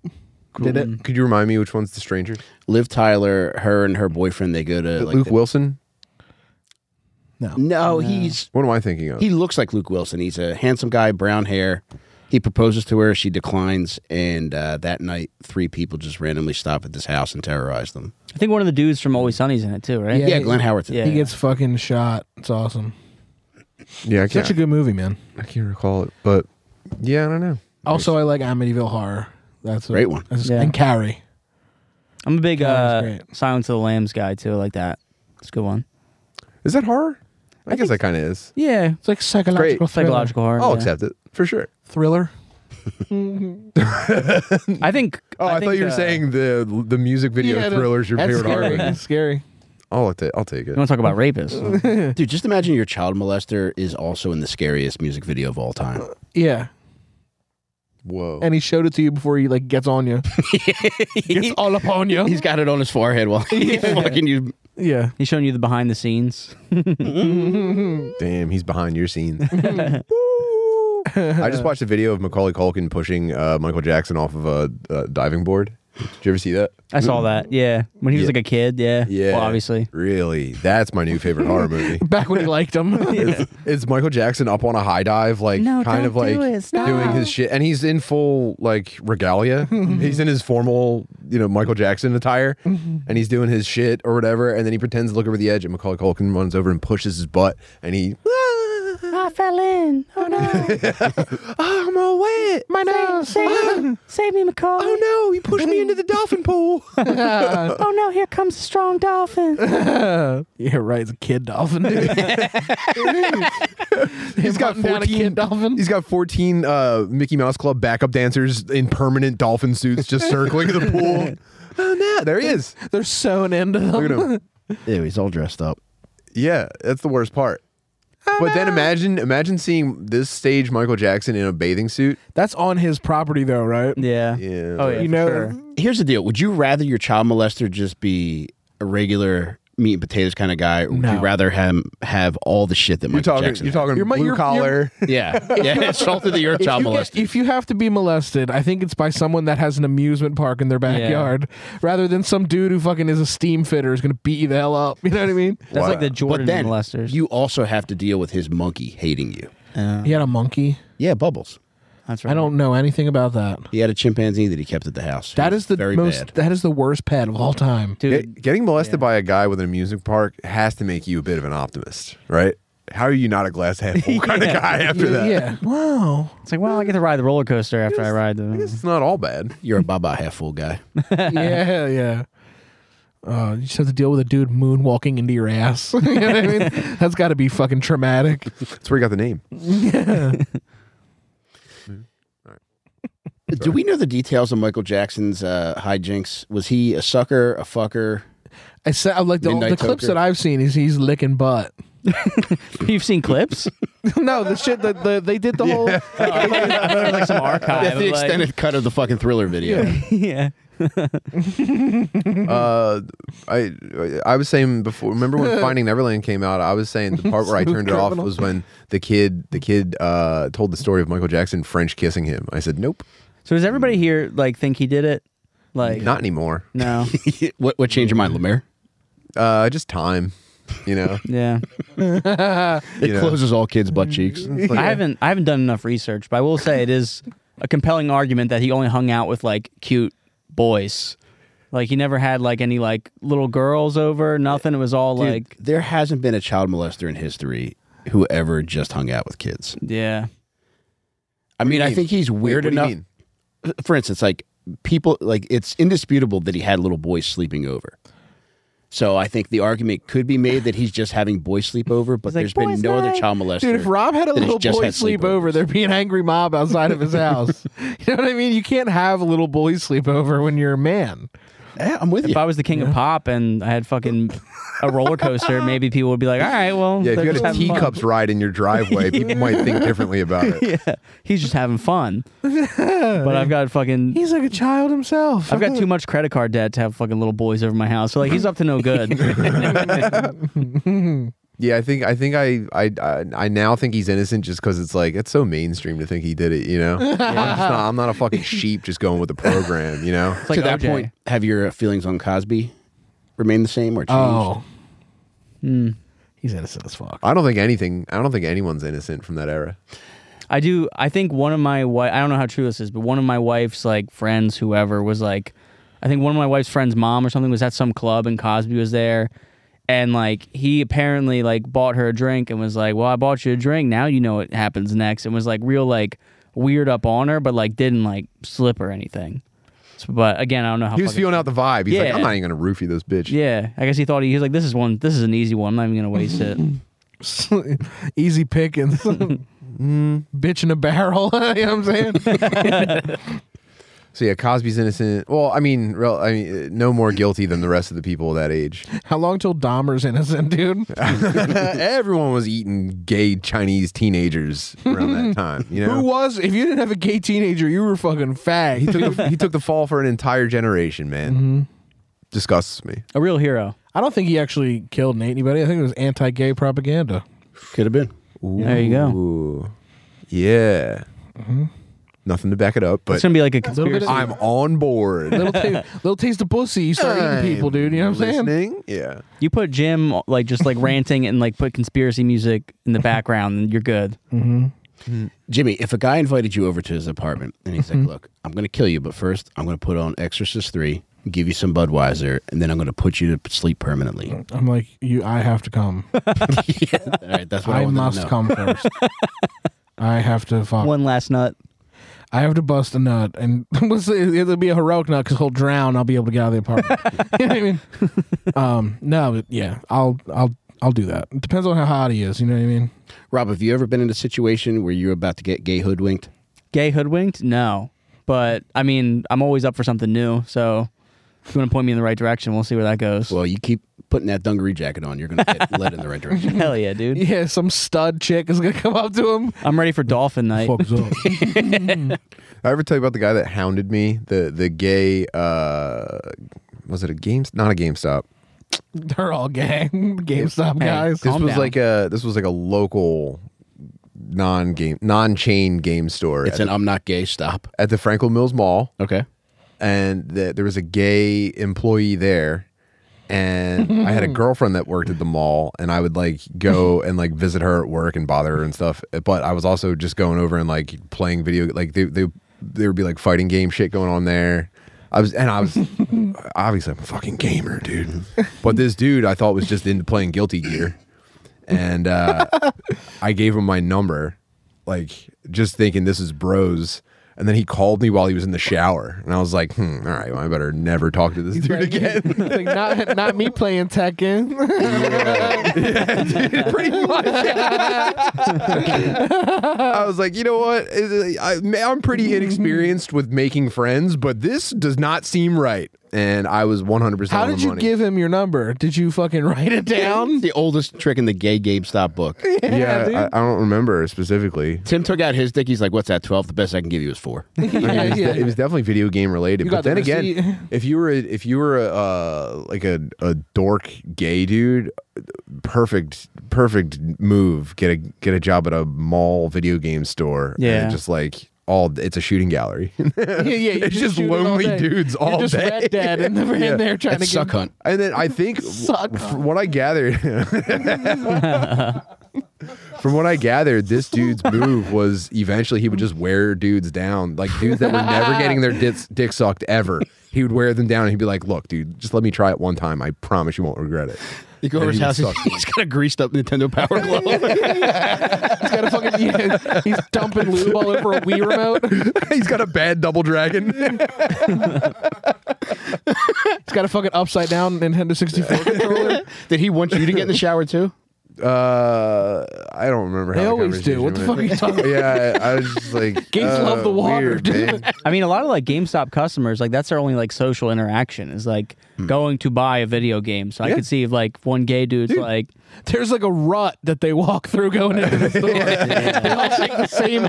[SPEAKER 3] Did it?
[SPEAKER 2] Could you remind me which one's the stranger?
[SPEAKER 1] Liv Tyler, her and her boyfriend, they go to like
[SPEAKER 2] Luke
[SPEAKER 1] the-
[SPEAKER 2] Wilson?
[SPEAKER 1] Oh, No, he's
[SPEAKER 2] What am I thinking of?
[SPEAKER 1] he looks like Luke Wilson. He's a handsome guy, brown hair. He proposes to her, she declines, and uh, that night, three people just randomly stop at this house and terrorize them.
[SPEAKER 4] I think one of the dudes from Always Sunny's in it too, right?
[SPEAKER 3] Yeah.
[SPEAKER 1] Yeah, Glenn Howard's in it.
[SPEAKER 4] Yeah.
[SPEAKER 3] He gets fucking shot. It's awesome.
[SPEAKER 2] yeah, I can't,
[SPEAKER 3] Such a good movie, man.
[SPEAKER 2] I can't recall it, but yeah, I don't know.
[SPEAKER 3] Also, I like Amityville Horror. That's a,
[SPEAKER 1] Great one.
[SPEAKER 3] that's-
[SPEAKER 4] Yeah.
[SPEAKER 3] And Carrie.
[SPEAKER 4] I'm a big
[SPEAKER 3] Yeah,
[SPEAKER 4] uh,
[SPEAKER 3] Oh, that's great.
[SPEAKER 4] Silence of the Lambs guy too. I like that. It's a good one.
[SPEAKER 2] Is that horror? I, guess that kind of is.
[SPEAKER 4] Yeah.
[SPEAKER 3] It's like psychological
[SPEAKER 2] Great.
[SPEAKER 3] thriller.
[SPEAKER 4] Psychological horror.
[SPEAKER 2] I'll
[SPEAKER 4] yeah.
[SPEAKER 2] accept it for sure.
[SPEAKER 3] thriller.
[SPEAKER 4] I think.
[SPEAKER 2] Oh, I, thought
[SPEAKER 4] think,
[SPEAKER 2] you were
[SPEAKER 4] uh,
[SPEAKER 2] saying the the music video
[SPEAKER 3] Yeah,
[SPEAKER 2] thriller's your
[SPEAKER 3] that's
[SPEAKER 2] favorite horror.
[SPEAKER 3] scary.
[SPEAKER 2] movie.
[SPEAKER 3] It's scary.
[SPEAKER 2] I'll take I'll take it.
[SPEAKER 4] You want to talk about rapists?
[SPEAKER 1] Dude, just imagine your child molester is also in the scariest music video of all time.
[SPEAKER 3] Yeah.
[SPEAKER 2] Whoa.
[SPEAKER 3] And he showed it to you before he like gets on you. gets all upon you.
[SPEAKER 1] He's got it on his forehead while he's fucking you.
[SPEAKER 3] yeah.
[SPEAKER 4] He's showing you the behind the scenes.
[SPEAKER 2] Damn, he's behind your scene. Woo. I just watched a video of Macaulay Culkin pushing uh, Michael Jackson off of a, uh diving board. Did you ever see that?
[SPEAKER 4] I saw that. Yeah. When he was
[SPEAKER 2] Mm. Yeah.
[SPEAKER 4] like a kid. Yeah.
[SPEAKER 2] Yeah,
[SPEAKER 4] Well, obviously.
[SPEAKER 2] Really, that's my new favorite horror movie.
[SPEAKER 3] Back when he liked him.
[SPEAKER 2] It's, it's Michael Jackson up on a high dive, like
[SPEAKER 4] No,
[SPEAKER 2] kind
[SPEAKER 4] don't
[SPEAKER 2] of like
[SPEAKER 4] do it. Stop.
[SPEAKER 2] doing his shit, and he's in full like regalia.
[SPEAKER 3] Mm-hmm.
[SPEAKER 2] he's in his formal, you know, Michael Jackson attire, and he's doing his shit or whatever. And then he pretends to look over the edge, and Macaulay Culkin runs over and pushes his butt, and he, "Ah,
[SPEAKER 6] I fell in. Oh no.
[SPEAKER 2] I'm all wet.
[SPEAKER 3] My nose.
[SPEAKER 6] Save me, save me Macaulay.
[SPEAKER 2] Oh no, he pushed me into the dolphin pool.
[SPEAKER 6] Oh no, here comes a strong dolphin.
[SPEAKER 3] Yeah, right. It's a kid dolphin, dude. He's
[SPEAKER 2] got
[SPEAKER 3] hunting down a
[SPEAKER 2] 14
[SPEAKER 3] kid dolphin.
[SPEAKER 2] He's got 14 uh, Mickey Mouse Club backup dancers in permanent dolphin suits, just circling the pool. Oh no, there he is.
[SPEAKER 3] They're sewn into them.
[SPEAKER 2] Look at him.
[SPEAKER 1] Ew, he's all dressed up.
[SPEAKER 2] Yeah, that's the worst part. But then imagine imagine seeing this stage Michael Jackson in a bathing suit.
[SPEAKER 3] That's on his property though, right?
[SPEAKER 4] Yeah.
[SPEAKER 2] Yeah.
[SPEAKER 4] Oh yeah.
[SPEAKER 3] You
[SPEAKER 4] for
[SPEAKER 3] know,
[SPEAKER 4] sure.
[SPEAKER 1] Here's the deal: Would you rather your child molester just be a regular meat and potatoes kind of guy, or would you
[SPEAKER 3] No.
[SPEAKER 1] rather him have all the shit that
[SPEAKER 2] You're
[SPEAKER 1] Michael
[SPEAKER 2] talking
[SPEAKER 1] Jackson?
[SPEAKER 2] you're talking
[SPEAKER 3] You're my-
[SPEAKER 2] blue
[SPEAKER 3] you're-
[SPEAKER 2] collar.
[SPEAKER 1] had? yeah, yeah, insulted that you're a
[SPEAKER 3] If
[SPEAKER 1] child
[SPEAKER 3] you,
[SPEAKER 1] molester.
[SPEAKER 3] get- if you have to be molested, I think it's by someone that has an amusement park in their backyard, rather than some dude who fucking is a steam fitter is gonna beat you the hell up. You know what I mean?
[SPEAKER 4] That's like the Jordan
[SPEAKER 1] but then
[SPEAKER 4] molesters.
[SPEAKER 1] you also have to deal with his monkey hating you.
[SPEAKER 3] He had a monkey.
[SPEAKER 1] Yeah, Bubbles.
[SPEAKER 4] That's right.
[SPEAKER 3] I don't know anything about that.
[SPEAKER 1] He had a chimpanzee that he kept at the house.
[SPEAKER 3] That
[SPEAKER 1] He
[SPEAKER 3] is the
[SPEAKER 1] very
[SPEAKER 3] most.
[SPEAKER 1] bad.
[SPEAKER 3] That is the worst pet of all time.
[SPEAKER 4] Dude,
[SPEAKER 2] Get- getting molested by a guy with an amusement park has to make you a bit of an optimist, right? How are you not a glass half full kind of guy after
[SPEAKER 3] Yeah.
[SPEAKER 2] that?
[SPEAKER 3] Wow.
[SPEAKER 4] it's like, well, I get to ride the roller coaster after I ride
[SPEAKER 2] I guess
[SPEAKER 4] the.
[SPEAKER 2] it's not all bad.
[SPEAKER 1] You're a Baba half full guy.
[SPEAKER 3] yeah. Yeah. Uh, you just have to deal with a dude moonwalking into your ass. you know what I mean? That's got to be fucking traumatic.
[SPEAKER 2] That's where he got the name.
[SPEAKER 1] Do we know the details of Michael Jackson's uh, hijinks? Was he a sucker, a fucker?
[SPEAKER 3] I said, I'm like the, the
[SPEAKER 1] Midnight
[SPEAKER 3] clips
[SPEAKER 1] Toker.
[SPEAKER 3] that I've seen is he's licking butt.
[SPEAKER 4] You've seen clips?
[SPEAKER 3] no, the shit that the, they did the whole.
[SPEAKER 1] Oh,
[SPEAKER 4] like some archive.
[SPEAKER 1] That's the
[SPEAKER 4] of, like-
[SPEAKER 1] extended cut of the fucking thriller video.
[SPEAKER 4] yeah.
[SPEAKER 2] Uh, I I was saying before. Remember when Finding Neverland came out? I was saying the part where I
[SPEAKER 3] Smooth
[SPEAKER 2] turned it off
[SPEAKER 3] criminal.
[SPEAKER 2] was when the kid the kid uh, told the story of Michael Jackson French kissing him. I said nope,
[SPEAKER 4] So does everybody here like think he did it? Like
[SPEAKER 2] not anymore.
[SPEAKER 4] no.
[SPEAKER 1] what what changed your mind, Lemire?
[SPEAKER 2] Uh, just time, you know.
[SPEAKER 4] Yeah.
[SPEAKER 1] It
[SPEAKER 2] You know.
[SPEAKER 1] closes all kids' butt cheeks.
[SPEAKER 2] It's like-
[SPEAKER 4] I haven't I haven't done enough research, but I will say it is a compelling argument that he only hung out with like cute boys. Like he never had like any like little girls over, nothing. It was all
[SPEAKER 1] Dude,
[SPEAKER 4] like
[SPEAKER 1] there hasn't been a child molester in history who ever just hung out with kids.
[SPEAKER 4] yeah.
[SPEAKER 1] I mean, I
[SPEAKER 2] mean?
[SPEAKER 1] think he's
[SPEAKER 2] Wait,
[SPEAKER 1] weird
[SPEAKER 2] what do you
[SPEAKER 1] enough.
[SPEAKER 2] mean?
[SPEAKER 1] For instance, like people, like it's indisputable that he had little boys sleeping over. So I think the argument could be made that he's just having boys sleep over, but
[SPEAKER 4] like,
[SPEAKER 1] there's been
[SPEAKER 4] "Boys'
[SPEAKER 1] no other
[SPEAKER 4] night."
[SPEAKER 1] child molester.
[SPEAKER 3] Dude, if Rob had a
[SPEAKER 1] that has
[SPEAKER 3] little
[SPEAKER 1] just
[SPEAKER 3] boy
[SPEAKER 1] had
[SPEAKER 3] sleep
[SPEAKER 1] sleepovers.
[SPEAKER 3] over, there'd be an angry mob outside of his house. you know what I mean? You can't have a little boy sleep over when you're a man.
[SPEAKER 1] Yeah, I'm with you.
[SPEAKER 4] If I was the king of pop and I had fucking a roller coaster, maybe people would be like, "All right, well,
[SPEAKER 2] Yeah, if
[SPEAKER 4] they're
[SPEAKER 2] you had
[SPEAKER 4] just
[SPEAKER 2] a
[SPEAKER 4] having fun."
[SPEAKER 2] teacups ride in your driveway, people might think differently about it.
[SPEAKER 4] yeah, he's just having fun." but I've got fucking
[SPEAKER 3] He's like a child himself.
[SPEAKER 4] I've got too much credit card debt to have fucking little boys over my house. So like he's up to no good.
[SPEAKER 2] Yeah, I think I think I I I, I now think he's innocent just because it's like it's so mainstream to think he did it. You know, I'm, just not, I'm not a fucking sheep just going with the program. You know,
[SPEAKER 4] It's like
[SPEAKER 1] to that
[SPEAKER 4] OJ.
[SPEAKER 1] point, have your feelings on Cosby remained the same or changed?
[SPEAKER 3] Oh.
[SPEAKER 1] Hmm.
[SPEAKER 3] He's innocent as fuck.
[SPEAKER 2] I don't think anything. I don't think anyone's innocent from that era.
[SPEAKER 4] I do. I think one of my wife. I don't know how true this is, but one of my wife's like friends, whoever was like, I think one of my wife's friend's mom or something was at some club and Cosby was there, and like he apparently like bought her a drink and was like, "Well, I bought you a drink. Now you know what happens next," and was like real like weird up on her, but like didn't like slip or anything. So- but again, I don't know how
[SPEAKER 2] He was
[SPEAKER 4] fucking-
[SPEAKER 2] feeling out the vibe. He's like,
[SPEAKER 4] Yeah.
[SPEAKER 2] I'm not even gonna roofie this bitch.
[SPEAKER 4] Yeah, I guess he thought he, he was like, "This is one. This is an easy one. I'm not even gonna waste it."
[SPEAKER 3] Easy pickings. Bitch in a barrel. you know what I'm saying?
[SPEAKER 2] So yeah, Cosby's innocent. Well, I mean, real, I mean, uh, no more guilty than the rest of the people that age.
[SPEAKER 3] How long till Dahmer's innocent, dude?
[SPEAKER 2] Everyone was eating gay Chinese teenagers around that time. You know,
[SPEAKER 3] Who was? If you didn't have a gay teenager, you were fucking fag.
[SPEAKER 2] he took the, he took the fall for an entire generation, man.
[SPEAKER 3] Mm-hmm.
[SPEAKER 2] Disgusts me.
[SPEAKER 4] A real hero.
[SPEAKER 3] I don't think he actually killed anybody. I think it was anti-gay propaganda.
[SPEAKER 1] Could have been.
[SPEAKER 4] There you go.
[SPEAKER 2] Ooh. Yeah.
[SPEAKER 3] Mm-hmm.
[SPEAKER 2] Nothing to back it up,
[SPEAKER 4] it's
[SPEAKER 2] but
[SPEAKER 4] gonna be like a
[SPEAKER 3] little bit
[SPEAKER 4] conspiracy.
[SPEAKER 3] of-
[SPEAKER 2] I'm on board.
[SPEAKER 3] Little, ta- little taste of pussy, you start eating people, dude. You know what I'm saying?
[SPEAKER 2] Listening? Yeah.
[SPEAKER 4] You put Jim like just like ranting and like put conspiracy music in the background, and you're good.
[SPEAKER 1] Jimmy, if a guy invited you over to his apartment and he's
[SPEAKER 3] Mm-hmm.
[SPEAKER 1] like, "Look, I'm going to kill you, but first I'm going to put on Exorcist three, give you some Budweiser, and then I'm going to put you to sleep permanently."
[SPEAKER 3] I'm like, you. I have to come.
[SPEAKER 1] Yeah, all right, that's what I,
[SPEAKER 3] I
[SPEAKER 1] wanted to
[SPEAKER 3] must
[SPEAKER 1] know.
[SPEAKER 3] come first. I have to fuck.
[SPEAKER 4] One last nut.
[SPEAKER 3] I have to bust a nut, and we'll see, it'll be a heroic nut because he'll drown. I'll be able to get out of the apartment. you know what I mean? Um, no, but yeah, I'll, I'll, I'll do that. It depends on how hot he is. You know what I mean?
[SPEAKER 1] Rob, have you ever been in a situation where you're about to get gay hoodwinked?
[SPEAKER 4] Gay hoodwinked? No, but I mean, I'm always up for something new. So if you want to point me in the right direction, we'll see where that goes.
[SPEAKER 1] Well, you keep putting that dungaree jacket on, you're going to get led in the right direction.
[SPEAKER 4] Hell yeah, dude.
[SPEAKER 3] Yeah, some stud chick is gonna come up to him.
[SPEAKER 4] I'm ready for dolphin night.
[SPEAKER 3] Fuck's up.
[SPEAKER 2] I ever tell you about the guy that hounded me? The the gay uh was it a game not a GameStop.
[SPEAKER 3] They're all gang GameStop
[SPEAKER 4] Hey.
[SPEAKER 3] guys.
[SPEAKER 2] This
[SPEAKER 4] Calm
[SPEAKER 2] was
[SPEAKER 4] down.
[SPEAKER 2] like a this was like a local non game non chain game store
[SPEAKER 1] It's
[SPEAKER 2] at,
[SPEAKER 1] an I'm not gay stop.
[SPEAKER 2] the, at the Franklin Mills Mall.
[SPEAKER 1] Okay.
[SPEAKER 2] and the, there was a gay employee there and i had a girlfriend that worked at the mall and i would like go and like visit her at work and bother her and stuff but i was also just going over and like playing video like they, they there would be like fighting game shit going on there i was and i was obviously i'm a fucking gamer dude but this dude i thought was just into playing guilty gear and uh, I gave him my number, like just thinking this is bros. And then he called me while he was in the shower, and I was like, hmm, all right, well, I better never talk to this dude again.
[SPEAKER 3] like not not me playing Tekken.
[SPEAKER 2] Pretty much. I was like, you know what? Is- I, I'm pretty inexperienced with making friends, but this does not seem right. And I was 100. percent
[SPEAKER 3] How did you give him your number? Did you fucking write it down?
[SPEAKER 1] The oldest trick in the gay GameStop book.
[SPEAKER 2] Yeah, I, I don't remember specifically.
[SPEAKER 1] Tim took out his dick. He's like, "What's that? Twelve? The best I can give you is four.
[SPEAKER 2] I mean,
[SPEAKER 3] Yeah,
[SPEAKER 2] it, was
[SPEAKER 3] yeah.
[SPEAKER 2] de- it was definitely video game related.
[SPEAKER 3] You
[SPEAKER 2] but
[SPEAKER 3] got the
[SPEAKER 2] then
[SPEAKER 3] receipt.
[SPEAKER 2] again, if you were a, if you were a, uh, like a, a dork gay dude, perfect perfect move. Get a get a job at a mall video game store. and
[SPEAKER 4] Yeah.
[SPEAKER 2] just like all it's a shooting gallery.
[SPEAKER 3] yeah, yeah. you
[SPEAKER 2] It's just
[SPEAKER 3] shoot it all
[SPEAKER 2] lonely
[SPEAKER 3] day.
[SPEAKER 2] dudes
[SPEAKER 3] You're
[SPEAKER 2] all
[SPEAKER 3] just
[SPEAKER 2] day.
[SPEAKER 3] Red Dead in the in
[SPEAKER 2] Yeah.
[SPEAKER 3] there trying
[SPEAKER 1] That's
[SPEAKER 3] to
[SPEAKER 1] suck
[SPEAKER 3] get
[SPEAKER 1] hunt."
[SPEAKER 2] And then I think
[SPEAKER 3] Suck.
[SPEAKER 2] from what I gathered, from what I gathered, this dude's move was eventually he would just wear dudes down, like dudes that were never getting their dicks, dick sucked ever. He would wear them down and he'd be like, "Look, dude, just let me try it one time. I promise you won't regret it."
[SPEAKER 1] You go
[SPEAKER 2] And
[SPEAKER 1] over his
[SPEAKER 2] he
[SPEAKER 1] house.
[SPEAKER 2] sucked.
[SPEAKER 1] He's got a greased up Nintendo Power Glove.
[SPEAKER 3] He's got a fucking yeah, he's dumping lube all over a Wii remote. He's
[SPEAKER 2] He's got a bad double dragon.
[SPEAKER 3] got a fucking upside down Nintendo 64 controller.
[SPEAKER 1] Did he want you to get in the shower too?
[SPEAKER 2] Uh, I don't remember. How
[SPEAKER 3] They
[SPEAKER 2] the
[SPEAKER 3] always do. What the fuck are
[SPEAKER 2] conversation
[SPEAKER 3] you talking about?
[SPEAKER 2] went. Yeah, I I was just like,
[SPEAKER 3] Gays love
[SPEAKER 2] uh,
[SPEAKER 3] the water,
[SPEAKER 2] weird,
[SPEAKER 3] dude.
[SPEAKER 2] man.
[SPEAKER 4] I mean, a lot of like GameStop customers, like that's their only like social interaction is like
[SPEAKER 2] Hmm.
[SPEAKER 4] going to buy a video game. So I could see if like one gay dude's like,
[SPEAKER 3] There's like a rut that they walk through going into the store. They all take the same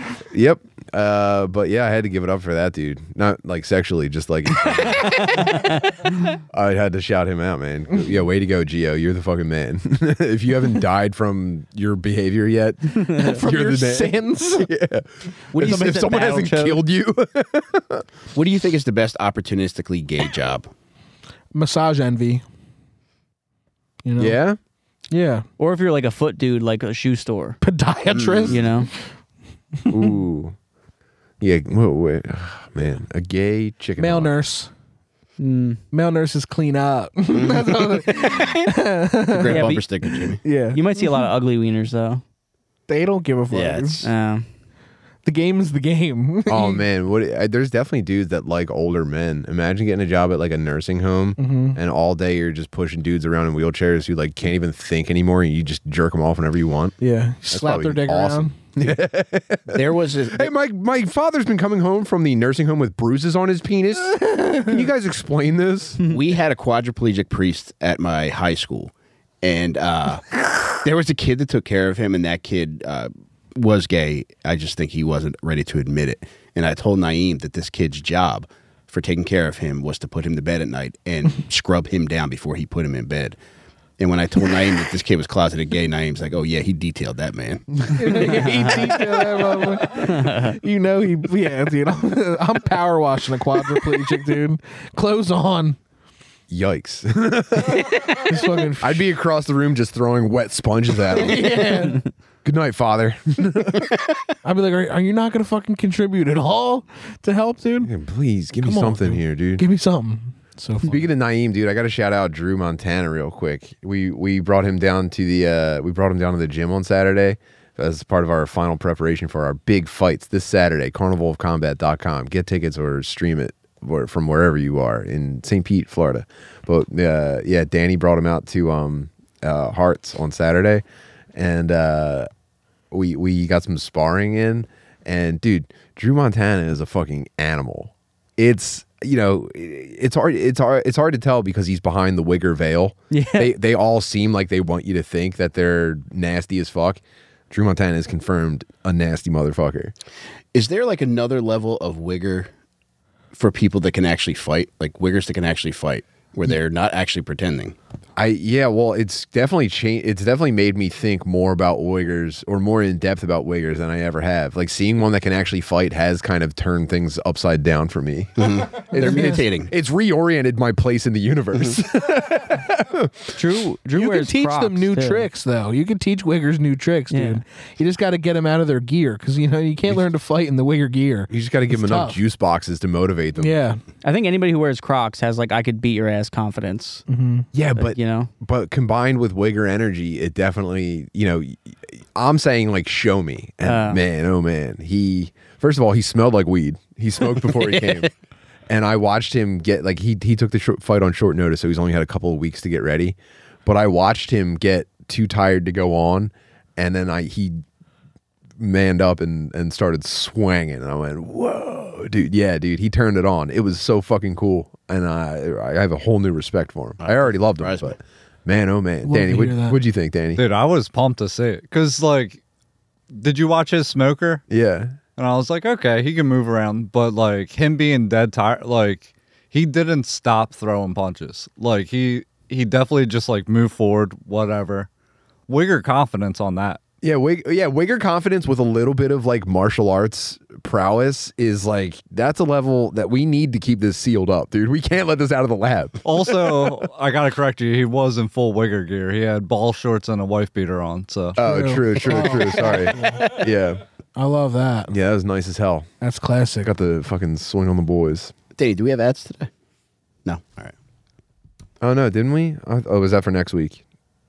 [SPEAKER 3] path.
[SPEAKER 2] Yep. Uh, but yeah, I had to give it up for that dude. Not like sexually, just like I had to shout him out, man. Yeah, way to go, Geo. You're the fucking man. if you haven't died from your behavior yet,
[SPEAKER 3] From
[SPEAKER 2] you're
[SPEAKER 3] your
[SPEAKER 2] the man.
[SPEAKER 3] sins.
[SPEAKER 2] Yeah.
[SPEAKER 4] what do you
[SPEAKER 2] If,
[SPEAKER 4] think
[SPEAKER 2] if
[SPEAKER 4] that
[SPEAKER 2] someone
[SPEAKER 4] battle
[SPEAKER 2] hasn't
[SPEAKER 4] chose?
[SPEAKER 2] killed you,
[SPEAKER 1] What do you think is the best opportunistically gay job?
[SPEAKER 3] Massage envy. You know?
[SPEAKER 2] yeah.
[SPEAKER 3] Yeah.
[SPEAKER 4] Or if you're like a foot dude, like a shoe store,
[SPEAKER 3] Podiatrist.
[SPEAKER 2] Mm.
[SPEAKER 4] you know?
[SPEAKER 2] Ooh. Yeah. Whoa, wait. Ah, Man, a gay chicken.
[SPEAKER 3] Male
[SPEAKER 2] hawk.
[SPEAKER 3] nurse.
[SPEAKER 2] Hmm.
[SPEAKER 4] Hmm.
[SPEAKER 3] Male nurses clean up. That's all they-
[SPEAKER 1] The great
[SPEAKER 4] Yeah, but-
[SPEAKER 1] bumper sticker, Jimmy.
[SPEAKER 3] yeah.
[SPEAKER 4] You might see a lot of ugly wieners though.
[SPEAKER 3] they don't give a fuck.
[SPEAKER 1] Yeah, it's-
[SPEAKER 4] Um,
[SPEAKER 3] the game is the game.
[SPEAKER 2] Oh man, what I, there's definitely dudes that like older men. Imagine getting a job at like a nursing home
[SPEAKER 3] Mm-hmm.
[SPEAKER 2] and all day you're just pushing dudes around in wheelchairs who like can't even think anymore and you just jerk them off whenever you want.
[SPEAKER 3] yeah. Slap their
[SPEAKER 2] probably
[SPEAKER 3] dick
[SPEAKER 2] awesome.
[SPEAKER 1] uh, There was a,
[SPEAKER 2] Hey, my my father's been coming home from the nursing home with bruises on his penis. Can you guys explain this?
[SPEAKER 1] we had a quadriplegic priest at my high school, and uh, there was a kid that took care of him, and that kid uh, was gay. I just think he wasn't ready to admit it. And I told Naeem that this kid's job for taking care of him was to put him to bed at night and scrub him down before he put him in bed. And when I told Naeem that this kid was closeted gay, Naeem's like, "Oh yeah, he detailed that man."
[SPEAKER 3] E around. you know he yeah, dude. I'm, I'm power washing a quadriplegic, dude. Clothes on.
[SPEAKER 2] Yikes!
[SPEAKER 3] Just fucking
[SPEAKER 2] I'd be across the room just throwing wet sponges at him.
[SPEAKER 3] yeah.
[SPEAKER 2] Good night, father.
[SPEAKER 3] I'd be like, are, are you not gonna fucking contribute at all to help, dude?
[SPEAKER 2] Please give me
[SPEAKER 3] Come on,
[SPEAKER 2] something
[SPEAKER 3] dude.
[SPEAKER 2] here, dude.
[SPEAKER 3] Give me something. So fun.
[SPEAKER 2] Speaking of Naeem, dude, I got to shout out Drew Montana real quick. We we brought him down to the uh, we brought him down to the gym on Saturday as part of our final preparation for our big fights this Saturday. Carnivalofcombat.com. Get tickets or stream it where- from wherever you are in St. Pete, Florida. But uh, yeah, Danny brought him out to um, uh, Hearts on Saturday, and uh, we we got some sparring in. And dude, Drew Montana is a fucking animal. it's you know it's hard it's hard it's hard to tell because he's behind the wigger veil.
[SPEAKER 4] Yeah.
[SPEAKER 2] They they all seem like they want you to think that they're nasty as fuck. Drew Montana is confirmed a nasty motherfucker.
[SPEAKER 1] Is there like another level of wigger for people that can actually fight, like wiggers that can actually fight, where they're not actually pretending?
[SPEAKER 2] I yeah, well, it's definitely changed. It's definitely made me think more about Uyghurs or more in depth about Uyghurs than I ever have. Like seeing one that can actually fight has kind of turned things upside down for me.
[SPEAKER 1] They're meditating.
[SPEAKER 2] It's reoriented my place in the universe.
[SPEAKER 4] Drew, Drew
[SPEAKER 3] You can
[SPEAKER 4] wears
[SPEAKER 3] teach them
[SPEAKER 4] Crocs,
[SPEAKER 3] new
[SPEAKER 4] too.
[SPEAKER 3] tricks, though. You can teach Wiggers new tricks, dude. You just got to get them out of their gear because you know you can't learn to fight in the Wigger gear.
[SPEAKER 2] you just got to give them
[SPEAKER 3] It's
[SPEAKER 2] enough
[SPEAKER 3] tough.
[SPEAKER 2] juice boxes to motivate them.
[SPEAKER 3] Yeah,
[SPEAKER 4] I think anybody who wears Crocs has like I could beat your ass confidence.
[SPEAKER 3] Mm-hmm.
[SPEAKER 2] yeah, but
[SPEAKER 4] you know?
[SPEAKER 2] but combined with Uyghur energy, it definitely you know, I'm saying like show me, and
[SPEAKER 4] Uh.
[SPEAKER 2] man, oh man, he first of all he smelled like weed. He smoked before he came. And I watched him get like he he took the short fight on short notice, so he's only had a couple of weeks to get ready. But I watched him get too tired to go on, and then I he manned up and and started swinging, and I went, "Whoa, dude! Yeah, dude! He turned it on. It was so fucking cool, and I I have a whole new respect for him. I already loved him,
[SPEAKER 1] surprised
[SPEAKER 2] but man, oh man,
[SPEAKER 3] Love
[SPEAKER 2] Danny,
[SPEAKER 3] to
[SPEAKER 2] what,
[SPEAKER 3] hear that.
[SPEAKER 2] what'd you think, Danny?
[SPEAKER 5] Dude, I was pumped to see it. Because, like, did you watch his smoker?
[SPEAKER 2] Yeah,
[SPEAKER 5] And I was like, okay, he can move around. But, like, him being dead tired, like, he didn't stop throwing punches. Like, he he definitely just, like, moved forward, whatever. Wigger confidence on that.
[SPEAKER 2] yeah, wig, yeah. Wigger confidence with a little bit of like martial arts prowess is like that's a level that we need to keep this sealed up, dude. We can't let this out of the lab.
[SPEAKER 5] Also, I got to correct you. He was in full Wigger gear. He had ball shorts and a wife beater on. So,
[SPEAKER 2] Oh, true,
[SPEAKER 3] True.
[SPEAKER 2] true, true. Sorry. Yeah,
[SPEAKER 3] I love that.
[SPEAKER 2] yeah. That was nice as hell.
[SPEAKER 3] That's classic.
[SPEAKER 2] Got the fucking swing on the boys.
[SPEAKER 1] Danny, do we have ads today? No. All right.
[SPEAKER 2] Oh no, didn't we? I, oh, was that for next week?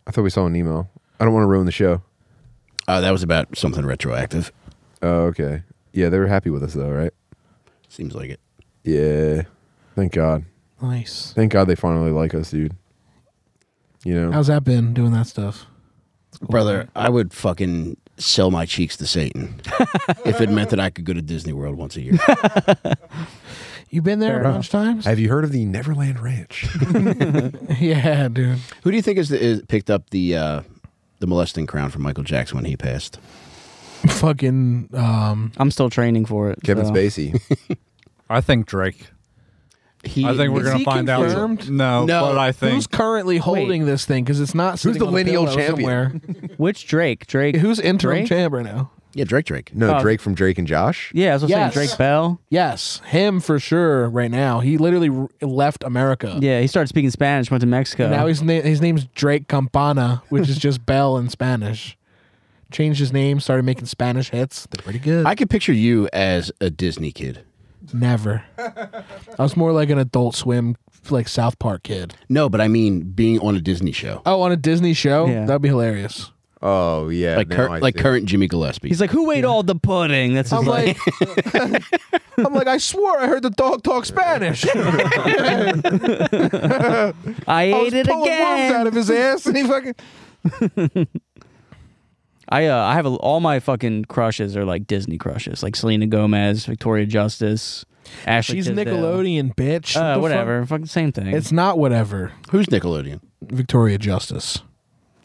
[SPEAKER 2] I thought we saw an email. I don't want to ruin the show.
[SPEAKER 1] Uh, that was about something retroactive.
[SPEAKER 2] Oh, okay. Yeah, they were happy with us though, right?
[SPEAKER 1] Seems like it.
[SPEAKER 2] Yeah. Thank God.
[SPEAKER 3] Nice.
[SPEAKER 2] Thank God they finally like us, dude. You know.
[SPEAKER 3] How's that been doing that stuff?
[SPEAKER 1] Brother, I would fucking sell my cheeks to Satan if it meant that I could go to Disney World once a year.
[SPEAKER 3] You been there
[SPEAKER 4] Fair
[SPEAKER 3] a bunch of times?
[SPEAKER 2] Have you heard of the Neverland Ranch?
[SPEAKER 3] yeah, dude.
[SPEAKER 1] Who do you think is, the, is picked up the uh, the molesting crown from Michael Jackson when he passed?
[SPEAKER 3] Fucking um,
[SPEAKER 4] I'm still training for it.
[SPEAKER 2] Kevin
[SPEAKER 4] so.
[SPEAKER 2] Spacey.
[SPEAKER 5] I think Drake.
[SPEAKER 1] He,
[SPEAKER 5] I think we're
[SPEAKER 3] is
[SPEAKER 5] going
[SPEAKER 3] he
[SPEAKER 5] to find out.
[SPEAKER 3] confirmed?
[SPEAKER 5] No,
[SPEAKER 1] No.
[SPEAKER 5] but I
[SPEAKER 3] who's
[SPEAKER 5] think
[SPEAKER 3] currently holding this thing because it's not sitting
[SPEAKER 2] the
[SPEAKER 3] on a
[SPEAKER 2] lineal
[SPEAKER 3] pillow
[SPEAKER 2] champion?
[SPEAKER 3] somewhere.
[SPEAKER 4] Which Drake? Drake.
[SPEAKER 3] Who's interim
[SPEAKER 4] Drake?
[SPEAKER 3] champ right now?
[SPEAKER 1] yeah, Drake Drake.
[SPEAKER 2] No,
[SPEAKER 4] Oh.
[SPEAKER 2] Drake from Drake and Josh.
[SPEAKER 4] Yeah, I was
[SPEAKER 3] Yes.
[SPEAKER 4] saying Drake Bell.
[SPEAKER 3] Yes, him for sure. Right now, he literally r- left America.
[SPEAKER 4] Yeah, he started speaking Spanish, went to Mexico.
[SPEAKER 3] And now his name his name's Drake Campana, which is just Bell in Spanish. Changed his name, started making Spanish hits. They're pretty good.
[SPEAKER 1] I could picture you as a Disney kid.
[SPEAKER 3] Never. I was more like an Adult Swim, like South Park kid.
[SPEAKER 1] No, but I mean being on a Disney show.
[SPEAKER 3] Oh, on a Disney show,
[SPEAKER 4] Yeah.
[SPEAKER 3] that'd be hilarious.
[SPEAKER 2] Oh yeah.
[SPEAKER 1] Like,
[SPEAKER 2] now I
[SPEAKER 1] cur- like
[SPEAKER 2] see.
[SPEAKER 1] current Jimmy Gillespie.
[SPEAKER 4] He's like, who ate all the pudding? That's his
[SPEAKER 3] I'm
[SPEAKER 4] like,
[SPEAKER 3] like, I'm like, I swore I heard the dog talk Spanish. I
[SPEAKER 4] I
[SPEAKER 3] was
[SPEAKER 4] ate it
[SPEAKER 3] pulling worms out
[SPEAKER 4] again.
[SPEAKER 3] of his ass, and he fucking.
[SPEAKER 4] I uh, I have a, all my fucking crushes are like Disney crushes, like Selena Gomez, Victoria Justice, Ashley.
[SPEAKER 3] She's
[SPEAKER 4] Tisdale.
[SPEAKER 3] Nickelodeon, bitch. What
[SPEAKER 4] Uh,
[SPEAKER 3] the
[SPEAKER 4] whatever, fucking same thing.
[SPEAKER 3] fuck? It's not whatever.
[SPEAKER 1] Who's Nickelodeon?
[SPEAKER 3] Victoria Justice.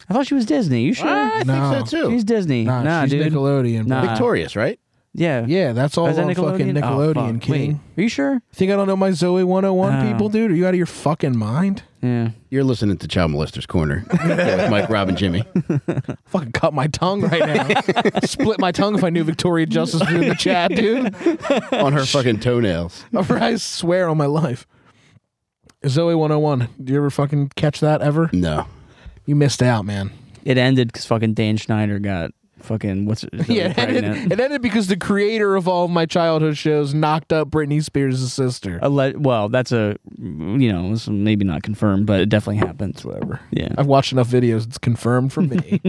[SPEAKER 4] I thought she was Disney. You sure?
[SPEAKER 1] I
[SPEAKER 3] No.
[SPEAKER 1] think so too.
[SPEAKER 4] She's Disney.
[SPEAKER 3] Nah,
[SPEAKER 4] Nah,
[SPEAKER 3] she's
[SPEAKER 4] dude.
[SPEAKER 3] Nickelodeon. bro.
[SPEAKER 4] Nah.
[SPEAKER 1] Victorious, right?
[SPEAKER 4] yeah.
[SPEAKER 3] Yeah, that's all
[SPEAKER 4] Is that
[SPEAKER 3] on fucking
[SPEAKER 4] Nickelodeon? Oh,
[SPEAKER 3] Nickelodeon,
[SPEAKER 4] fuck.
[SPEAKER 3] King.
[SPEAKER 4] Wait, are you sure?
[SPEAKER 3] Think I don't know my Zoe 101
[SPEAKER 4] Oh.
[SPEAKER 3] people, dude? Are you out of your fucking mind?
[SPEAKER 4] Yeah.
[SPEAKER 1] You're listening to Child Molester's Corner with Mike, Rob, and Jimmy.
[SPEAKER 3] Fucking cut my tongue right now. Split my tongue if I knew Victoria Justice was in the chat, dude.
[SPEAKER 1] on her fucking toenails.
[SPEAKER 3] I swear on my life. Zoe 101. Do you ever fucking catch that ever?
[SPEAKER 1] No.
[SPEAKER 3] You missed out, man.
[SPEAKER 4] It ended because fucking Dan Schneider got fucking what's it?
[SPEAKER 3] Yeah, it ended,
[SPEAKER 4] pregnant.
[SPEAKER 3] it ended because the creator of all of my childhood shows knocked up Britney Spears' sister.
[SPEAKER 4] Alle- well, that's a you know it's maybe not confirmed, but it definitely happens. Whatever. Yeah.
[SPEAKER 3] I've watched enough videos. It's confirmed for me.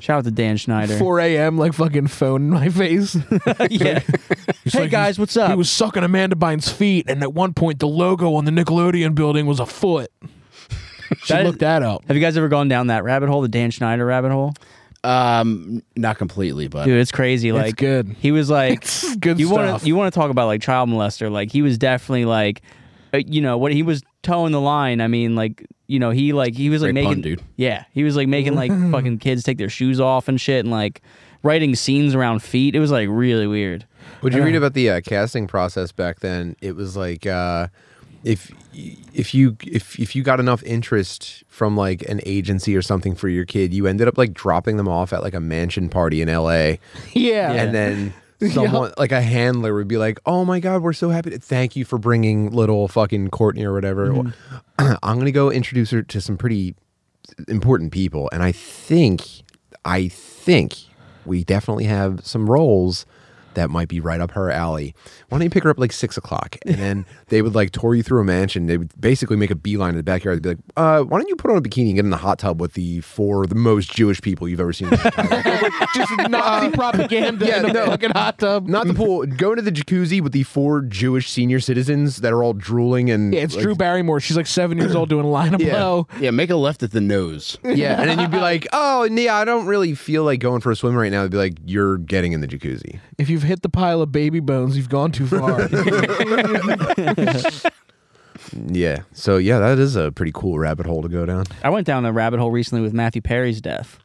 [SPEAKER 4] Shout out to Dan Schneider.
[SPEAKER 3] 4 a.m., like fucking phone in my face.
[SPEAKER 4] yeah. hey
[SPEAKER 3] like
[SPEAKER 4] guys, what's up?
[SPEAKER 3] He was sucking Amanda Bynes' feet, and at one point, the logo on the Nickelodeon building was a foot. She
[SPEAKER 4] That is-
[SPEAKER 3] looked that up.
[SPEAKER 4] Have you guys ever gone down that rabbit hole, the Dan Schneider rabbit hole?
[SPEAKER 1] Um, not completely, but
[SPEAKER 4] Dude, it's crazy. Like
[SPEAKER 3] good.
[SPEAKER 4] He was like
[SPEAKER 3] It's good
[SPEAKER 4] you want
[SPEAKER 3] stuff.
[SPEAKER 4] to you want to talk about like child molester? Like he was definitely like, uh, you know what he was towing the line. I mean, like you know he like he was like
[SPEAKER 1] Great pun,
[SPEAKER 4] making
[SPEAKER 1] dude.
[SPEAKER 4] yeah he was like making like fucking kids take their shoes off and shit and like writing scenes around feet. It was like really weird.
[SPEAKER 2] Would you read about the uh, casting process back then? It was like uh, if if you if if you got enough interest from like an agency or something for your kid, you ended up like dropping them off at like a mansion party in L.A.
[SPEAKER 3] Yeah.
[SPEAKER 4] Yeah.
[SPEAKER 2] and then someone like a handler would be like, "Oh my god, we're so happy! To, thank you for bringing little fucking Courtney or whatever. I'm gonna go introduce her to some pretty important people, and I think, I think we definitely have some roles." That might be right up her alley. Why don't you pick her up like six o'clock? And then they would like tour you through a mansion. They would basically make a beeline to the backyard. They'd be like, uh, why don't you put on a bikini and get in the hot tub with the four the most Jewish people you've ever seen? in your entire life?"
[SPEAKER 3] Just Nazi propaganda
[SPEAKER 2] yeah,
[SPEAKER 3] in a
[SPEAKER 2] no.
[SPEAKER 3] fucking hot tub.
[SPEAKER 2] Not the pool. Go into the jacuzzi with the four Jewish senior citizens that are all drooling and
[SPEAKER 3] Yeah, it's
[SPEAKER 2] like,
[SPEAKER 3] Drew Barrymore. She's like seven years old doing a line of
[SPEAKER 2] Yeah.
[SPEAKER 3] blow.
[SPEAKER 1] yeah, make a left at the nose.
[SPEAKER 2] Yeah, and then you'd be like, "Oh, yeah, I don't really feel like going for a swim right now." They'd be like, "You're getting in the jacuzzi."
[SPEAKER 3] If you've hit the pile of baby bones, you've gone too far.
[SPEAKER 2] Yeah. So yeah, that is a pretty cool rabbit hole to go down.
[SPEAKER 4] I went down a rabbit hole recently with Matthew Perry's death.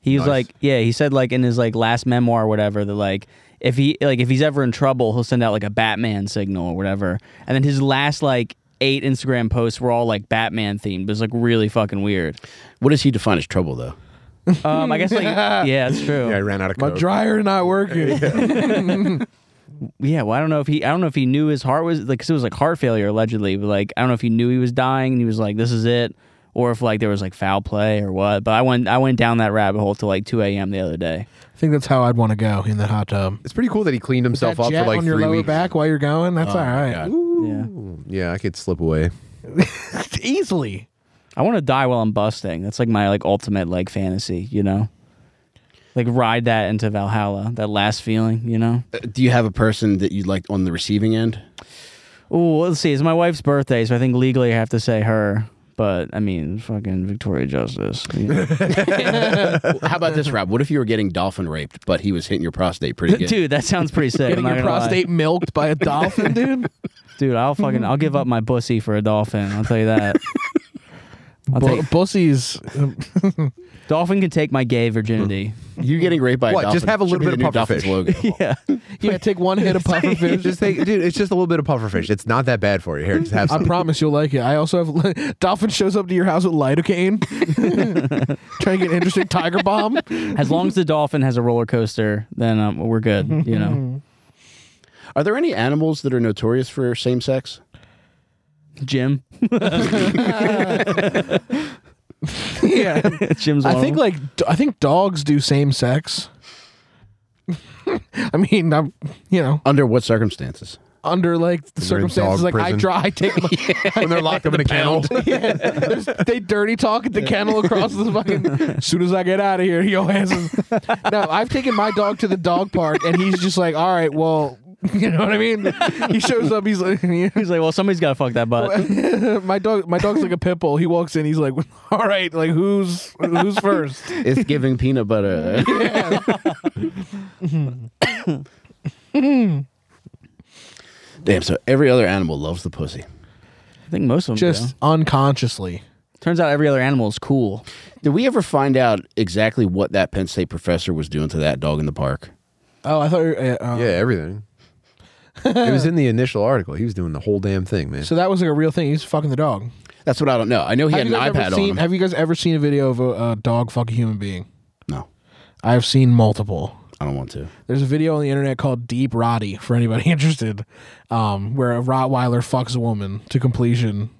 [SPEAKER 4] He was
[SPEAKER 2] Nice.
[SPEAKER 4] like, yeah, he said like in his like last memoir or whatever that like if he like if he's ever in trouble, he'll send out like a Batman signal or whatever. And then his last like eight Instagram posts were all like Batman themed. It was like really fucking weird.
[SPEAKER 1] What does he define as trouble though?
[SPEAKER 4] Um, I guess like yeah, that's true.
[SPEAKER 2] Yeah, I
[SPEAKER 4] Yeah,
[SPEAKER 2] ran out of
[SPEAKER 3] My
[SPEAKER 2] coke.
[SPEAKER 3] dryer not working.
[SPEAKER 4] well, I don't know if he I don't know if he knew his heart was like 'cause it was like heart failure allegedly, but like I don't know if he knew he was dying and he was like this is it. Or if like there was like foul play or what, but I went I went down that rabbit hole till like two a.m. the other day.
[SPEAKER 3] I think that's how I'd want to go in that hot tub.
[SPEAKER 2] it's pretty cool that he cleaned himself
[SPEAKER 3] That
[SPEAKER 2] up for
[SPEAKER 3] jet
[SPEAKER 2] like
[SPEAKER 3] on your
[SPEAKER 2] three
[SPEAKER 3] lower
[SPEAKER 2] weeks.
[SPEAKER 3] back while you're going. That's all right.
[SPEAKER 1] God.
[SPEAKER 3] Ooh,
[SPEAKER 4] Yeah.
[SPEAKER 2] Yeah, I could slip away.
[SPEAKER 3] easily.
[SPEAKER 4] I want to die while I'm busting. That's like my like ultimate like fantasy, you know. Like ride that into Valhalla, that last feeling, you know.
[SPEAKER 1] Uh, Do you have a person that you'd like on the receiving end?
[SPEAKER 4] Oh, let's see. It's my wife's birthday, so I think legally I have to say her. But I mean, fucking Victoria Justice. you know.
[SPEAKER 1] Well, How about this, Rob? What if you were getting dolphin raped, but he was hitting your prostate pretty good?
[SPEAKER 4] dude, that sounds pretty sick. I'm
[SPEAKER 3] Getting
[SPEAKER 4] not
[SPEAKER 3] your
[SPEAKER 4] gonna lie.
[SPEAKER 3] prostate milked by a dolphin, dude.
[SPEAKER 4] dude. I'll fucking I'll give up my bussy for a dolphin. I'll tell you that. I'll
[SPEAKER 3] Bu-
[SPEAKER 4] take-
[SPEAKER 3] Bussies. um,
[SPEAKER 4] dolphin can take my gay virginity.
[SPEAKER 1] You getting raped by
[SPEAKER 2] What,
[SPEAKER 1] a dolphin?
[SPEAKER 2] just have a
[SPEAKER 1] should be
[SPEAKER 2] little bit
[SPEAKER 1] the
[SPEAKER 2] of
[SPEAKER 1] new
[SPEAKER 2] puffer
[SPEAKER 1] dolphin's
[SPEAKER 2] fish.
[SPEAKER 1] logo.
[SPEAKER 4] yeah.
[SPEAKER 3] Yeah, take one hit of pufferfish.
[SPEAKER 2] just take, dude. It's just a little bit of pufferfish. It's not that bad for you. Here, just have
[SPEAKER 3] I
[SPEAKER 2] some.
[SPEAKER 3] promise you'll like it. I also have dolphin shows up to your house with lidocaine, trying to get an interesting tiger bomb.
[SPEAKER 4] As long as the dolphin has a roller coaster, then um, we're good. You know,
[SPEAKER 1] Are there any animals that are notorious for same sex?
[SPEAKER 4] Jim.
[SPEAKER 3] Yeah,
[SPEAKER 4] Jim's.
[SPEAKER 3] I
[SPEAKER 4] one of
[SPEAKER 3] think
[SPEAKER 4] them.
[SPEAKER 3] like d- I think dogs do same sex. I mean, I'm you know
[SPEAKER 1] Under what circumstances?
[SPEAKER 3] under like the
[SPEAKER 2] They're in
[SPEAKER 3] circumstances,
[SPEAKER 2] dog
[SPEAKER 3] like I
[SPEAKER 2] prison.
[SPEAKER 3] draw, I take my.
[SPEAKER 2] when they're locked up in a kennel.
[SPEAKER 3] Yeah, there's- they dirty talk at the kennel across the fucking. As soon as I get out of here, yo has. him." No, I've taken my dog to the dog park, and he's just like, "All right, well, you know what I mean." He shows up, he's like,
[SPEAKER 4] He's like, well, somebody's got to fuck that butt.
[SPEAKER 3] "My dog, my dog's like a pit bull." He walks in, he's like, "All right, like who's who's first?
[SPEAKER 1] It's giving peanut butter. Damn, so every other animal loves the pussy.
[SPEAKER 4] I think most of them
[SPEAKER 3] Just
[SPEAKER 4] do.
[SPEAKER 3] unconsciously.
[SPEAKER 4] Turns out every other animal is cool.
[SPEAKER 1] Did we ever find out exactly what that Penn State professor was doing to that dog in the park?
[SPEAKER 3] Oh, I thought. you were- Uh, uh,
[SPEAKER 2] Yeah, everything. it was in the initial article. He was doing the whole damn thing, man.
[SPEAKER 3] So that was like a real thing. He's fucking the dog.
[SPEAKER 1] That's what I don't know. I know he
[SPEAKER 3] have,
[SPEAKER 1] had
[SPEAKER 3] you
[SPEAKER 1] an
[SPEAKER 3] guys
[SPEAKER 1] iPad
[SPEAKER 3] ever seen,
[SPEAKER 1] on him.
[SPEAKER 3] have you guys ever seen a video of a, a dog fuck a human being?
[SPEAKER 1] no,
[SPEAKER 3] I've seen multiple.
[SPEAKER 1] I don't want to.
[SPEAKER 3] There's a video on the internet called Deep Roddy for anybody interested, um, where a Rottweiler fucks a woman to completion.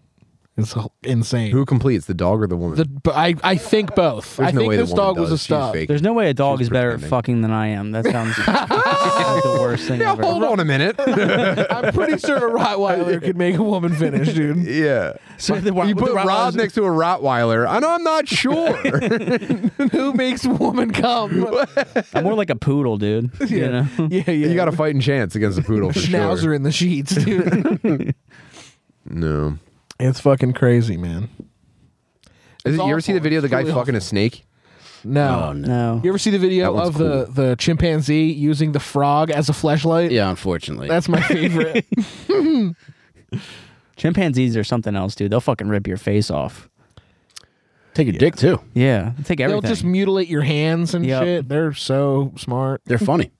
[SPEAKER 3] It's h- insane.
[SPEAKER 2] Who completes, the dog or the woman?
[SPEAKER 3] The, but I, I think both. I
[SPEAKER 2] There's no
[SPEAKER 3] think
[SPEAKER 2] way the
[SPEAKER 3] this
[SPEAKER 2] woman
[SPEAKER 3] dog was
[SPEAKER 2] does.
[SPEAKER 3] a
[SPEAKER 2] She's
[SPEAKER 3] stud.
[SPEAKER 2] fake.
[SPEAKER 4] There's no way a dog
[SPEAKER 2] She's
[SPEAKER 4] is better at
[SPEAKER 2] pretending.
[SPEAKER 4] fucking than I am. That sounds that sounds the worst thing ever.
[SPEAKER 2] Hold on a minute.
[SPEAKER 3] I'm pretty sure a Rottweiler could make a woman finish, dude.
[SPEAKER 2] yeah.
[SPEAKER 4] So the,
[SPEAKER 2] you put
[SPEAKER 4] the Rottweilers-
[SPEAKER 2] Rob next to a Rottweiler, and I'm not sure.
[SPEAKER 3] Who makes a woman come?
[SPEAKER 4] I'm more like a poodle, dude. You know?
[SPEAKER 3] Yeah, yeah.
[SPEAKER 2] you got a fighting chance against a poodle for
[SPEAKER 3] schnauzer
[SPEAKER 2] sure.
[SPEAKER 3] in the sheets, dude.
[SPEAKER 2] No.
[SPEAKER 3] it's fucking crazy, man.
[SPEAKER 2] Is it,
[SPEAKER 3] It's
[SPEAKER 2] you ever see the
[SPEAKER 3] awful.
[SPEAKER 2] video of the
[SPEAKER 3] It's
[SPEAKER 2] guy
[SPEAKER 3] really
[SPEAKER 2] fucking a snake?
[SPEAKER 1] Oh,
[SPEAKER 3] Oh, No.
[SPEAKER 4] No.
[SPEAKER 3] You ever see the video
[SPEAKER 1] That one's
[SPEAKER 3] of the the chimpanzee using the frog as a flashlight?
[SPEAKER 1] Yeah, unfortunately.
[SPEAKER 3] That's my favorite.
[SPEAKER 4] Chimpanzees are something else, dude. They'll fucking rip your face off.
[SPEAKER 1] Take your dick too.
[SPEAKER 4] Yeah, take
[SPEAKER 3] They'll
[SPEAKER 4] everything.
[SPEAKER 3] just mutilate your hands and
[SPEAKER 4] Yep.
[SPEAKER 3] shit. They're so smart.
[SPEAKER 1] They're funny.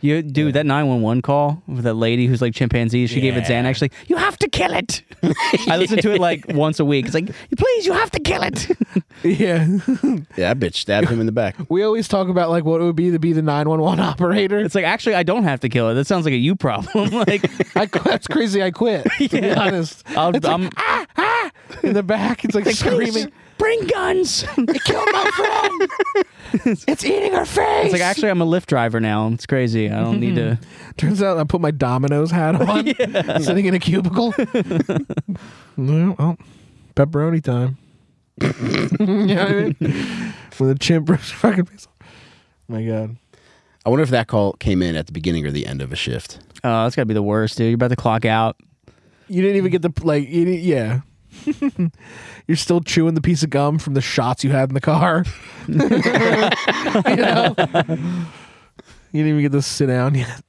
[SPEAKER 4] you, dude, that nine one one call with that lady who's like chimpanzee. She gave it Xanax. actually. you have to kill it. I listen to it like once a week. It's like, please, you have to kill it.
[SPEAKER 3] Yeah.
[SPEAKER 1] Yeah, that bitch stabbed him in the back.
[SPEAKER 3] We always talk about like what it would be to be the 911 operator.
[SPEAKER 4] it's like actually, I don't have to kill it. That sounds like a you problem. like,
[SPEAKER 3] I, qu- that's crazy. I quit. To be
[SPEAKER 4] Yeah.
[SPEAKER 3] honest,
[SPEAKER 4] I'll,
[SPEAKER 3] It's like,
[SPEAKER 4] I'm
[SPEAKER 3] in the back, it's like screaming.
[SPEAKER 4] Bring guns.
[SPEAKER 3] It killed my friend. it's eating her face.
[SPEAKER 4] It's like actually, I'm a Lyft driver now. It's crazy. I don't need to.
[SPEAKER 3] Turns out I put my Domino's hat on, sitting in a cubicle. well, well, pepperoni time. you know what I mean? With a chimp rips your fucking face off. Oh My God.
[SPEAKER 1] I wonder if that call came in at the beginning or the end of a shift.
[SPEAKER 4] Oh, that's gotta be the worst, dude. You're about to clock out.
[SPEAKER 3] You didn't even get the like. You didn't, yeah. You're still chewing the piece of gum from the shots you had in the car. you know. You didn't even get to sit down yet.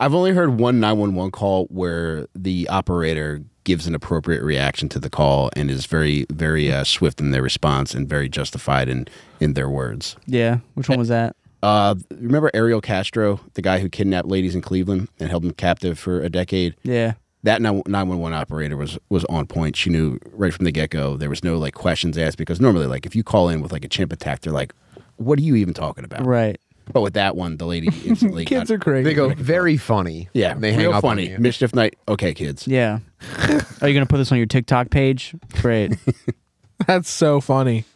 [SPEAKER 1] I've only heard one 911 call where the operator gives an appropriate reaction to the call and is very, very uh, swift in their response and very justified in, in their words.
[SPEAKER 4] Yeah. Which one was that?
[SPEAKER 1] Uh, remember Ariel Castro, the guy who kidnapped ladies in Cleveland and held them captive for a decade?
[SPEAKER 4] Yeah.
[SPEAKER 1] That 9- 911 operator was, was on point. She knew right from the get go. There was no like questions asked because normally, like, if you call in with like a chimp attack, they're like, what are you even talking about?
[SPEAKER 4] Right.
[SPEAKER 1] But with that one, the lady instantly
[SPEAKER 3] Kids
[SPEAKER 1] got-
[SPEAKER 3] are crazy.
[SPEAKER 2] They go very funny.
[SPEAKER 1] Yeah,
[SPEAKER 2] and they hang
[SPEAKER 1] real
[SPEAKER 2] up
[SPEAKER 1] funny.
[SPEAKER 2] on you.
[SPEAKER 1] Mischief night. Okay, kids.
[SPEAKER 4] Yeah. Are you gonna put this on your TikTok page? Great.
[SPEAKER 3] That's so funny.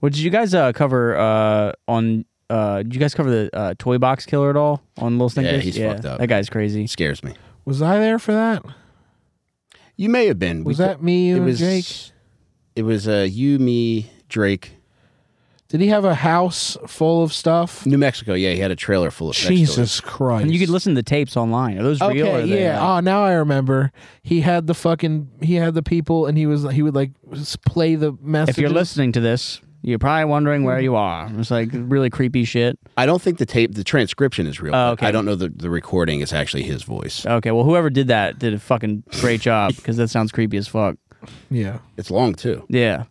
[SPEAKER 4] What did you guys uh, cover uh, on? Uh, did you guys cover the uh, toy box killer at all on Little Snickers?
[SPEAKER 1] he's fucked up.
[SPEAKER 4] That guy's crazy.
[SPEAKER 1] It scares me.
[SPEAKER 3] Was I there for that?
[SPEAKER 1] You may have been. We
[SPEAKER 3] Was
[SPEAKER 1] t-
[SPEAKER 3] that me? You
[SPEAKER 1] It
[SPEAKER 3] and
[SPEAKER 1] was
[SPEAKER 3] Jake.
[SPEAKER 1] It was uh, you, me, Drake,
[SPEAKER 3] Did he have a house full of stuff?
[SPEAKER 1] New Mexico. Yeah, he had a trailer full of sex toys.
[SPEAKER 3] Jesus Christ!
[SPEAKER 4] And you could listen to the tapes online. Are those
[SPEAKER 3] Okay,
[SPEAKER 4] real? or Are they,
[SPEAKER 3] yeah.
[SPEAKER 4] uh,
[SPEAKER 3] Oh, now I remember. He had the fucking. He had the people, and he was. He would like s- play the messages.
[SPEAKER 4] if you're listening to this, you're probably wondering where you are. It's like really creepy shit.
[SPEAKER 1] I don't think the tape, the transcription is real.
[SPEAKER 4] Oh, okay.
[SPEAKER 1] I don't know the the recording is actually his voice.
[SPEAKER 4] Okay, well, whoever did that did a fucking great job because that sounds creepy as fuck.
[SPEAKER 3] yeah.
[SPEAKER 1] It's long too.
[SPEAKER 4] Yeah.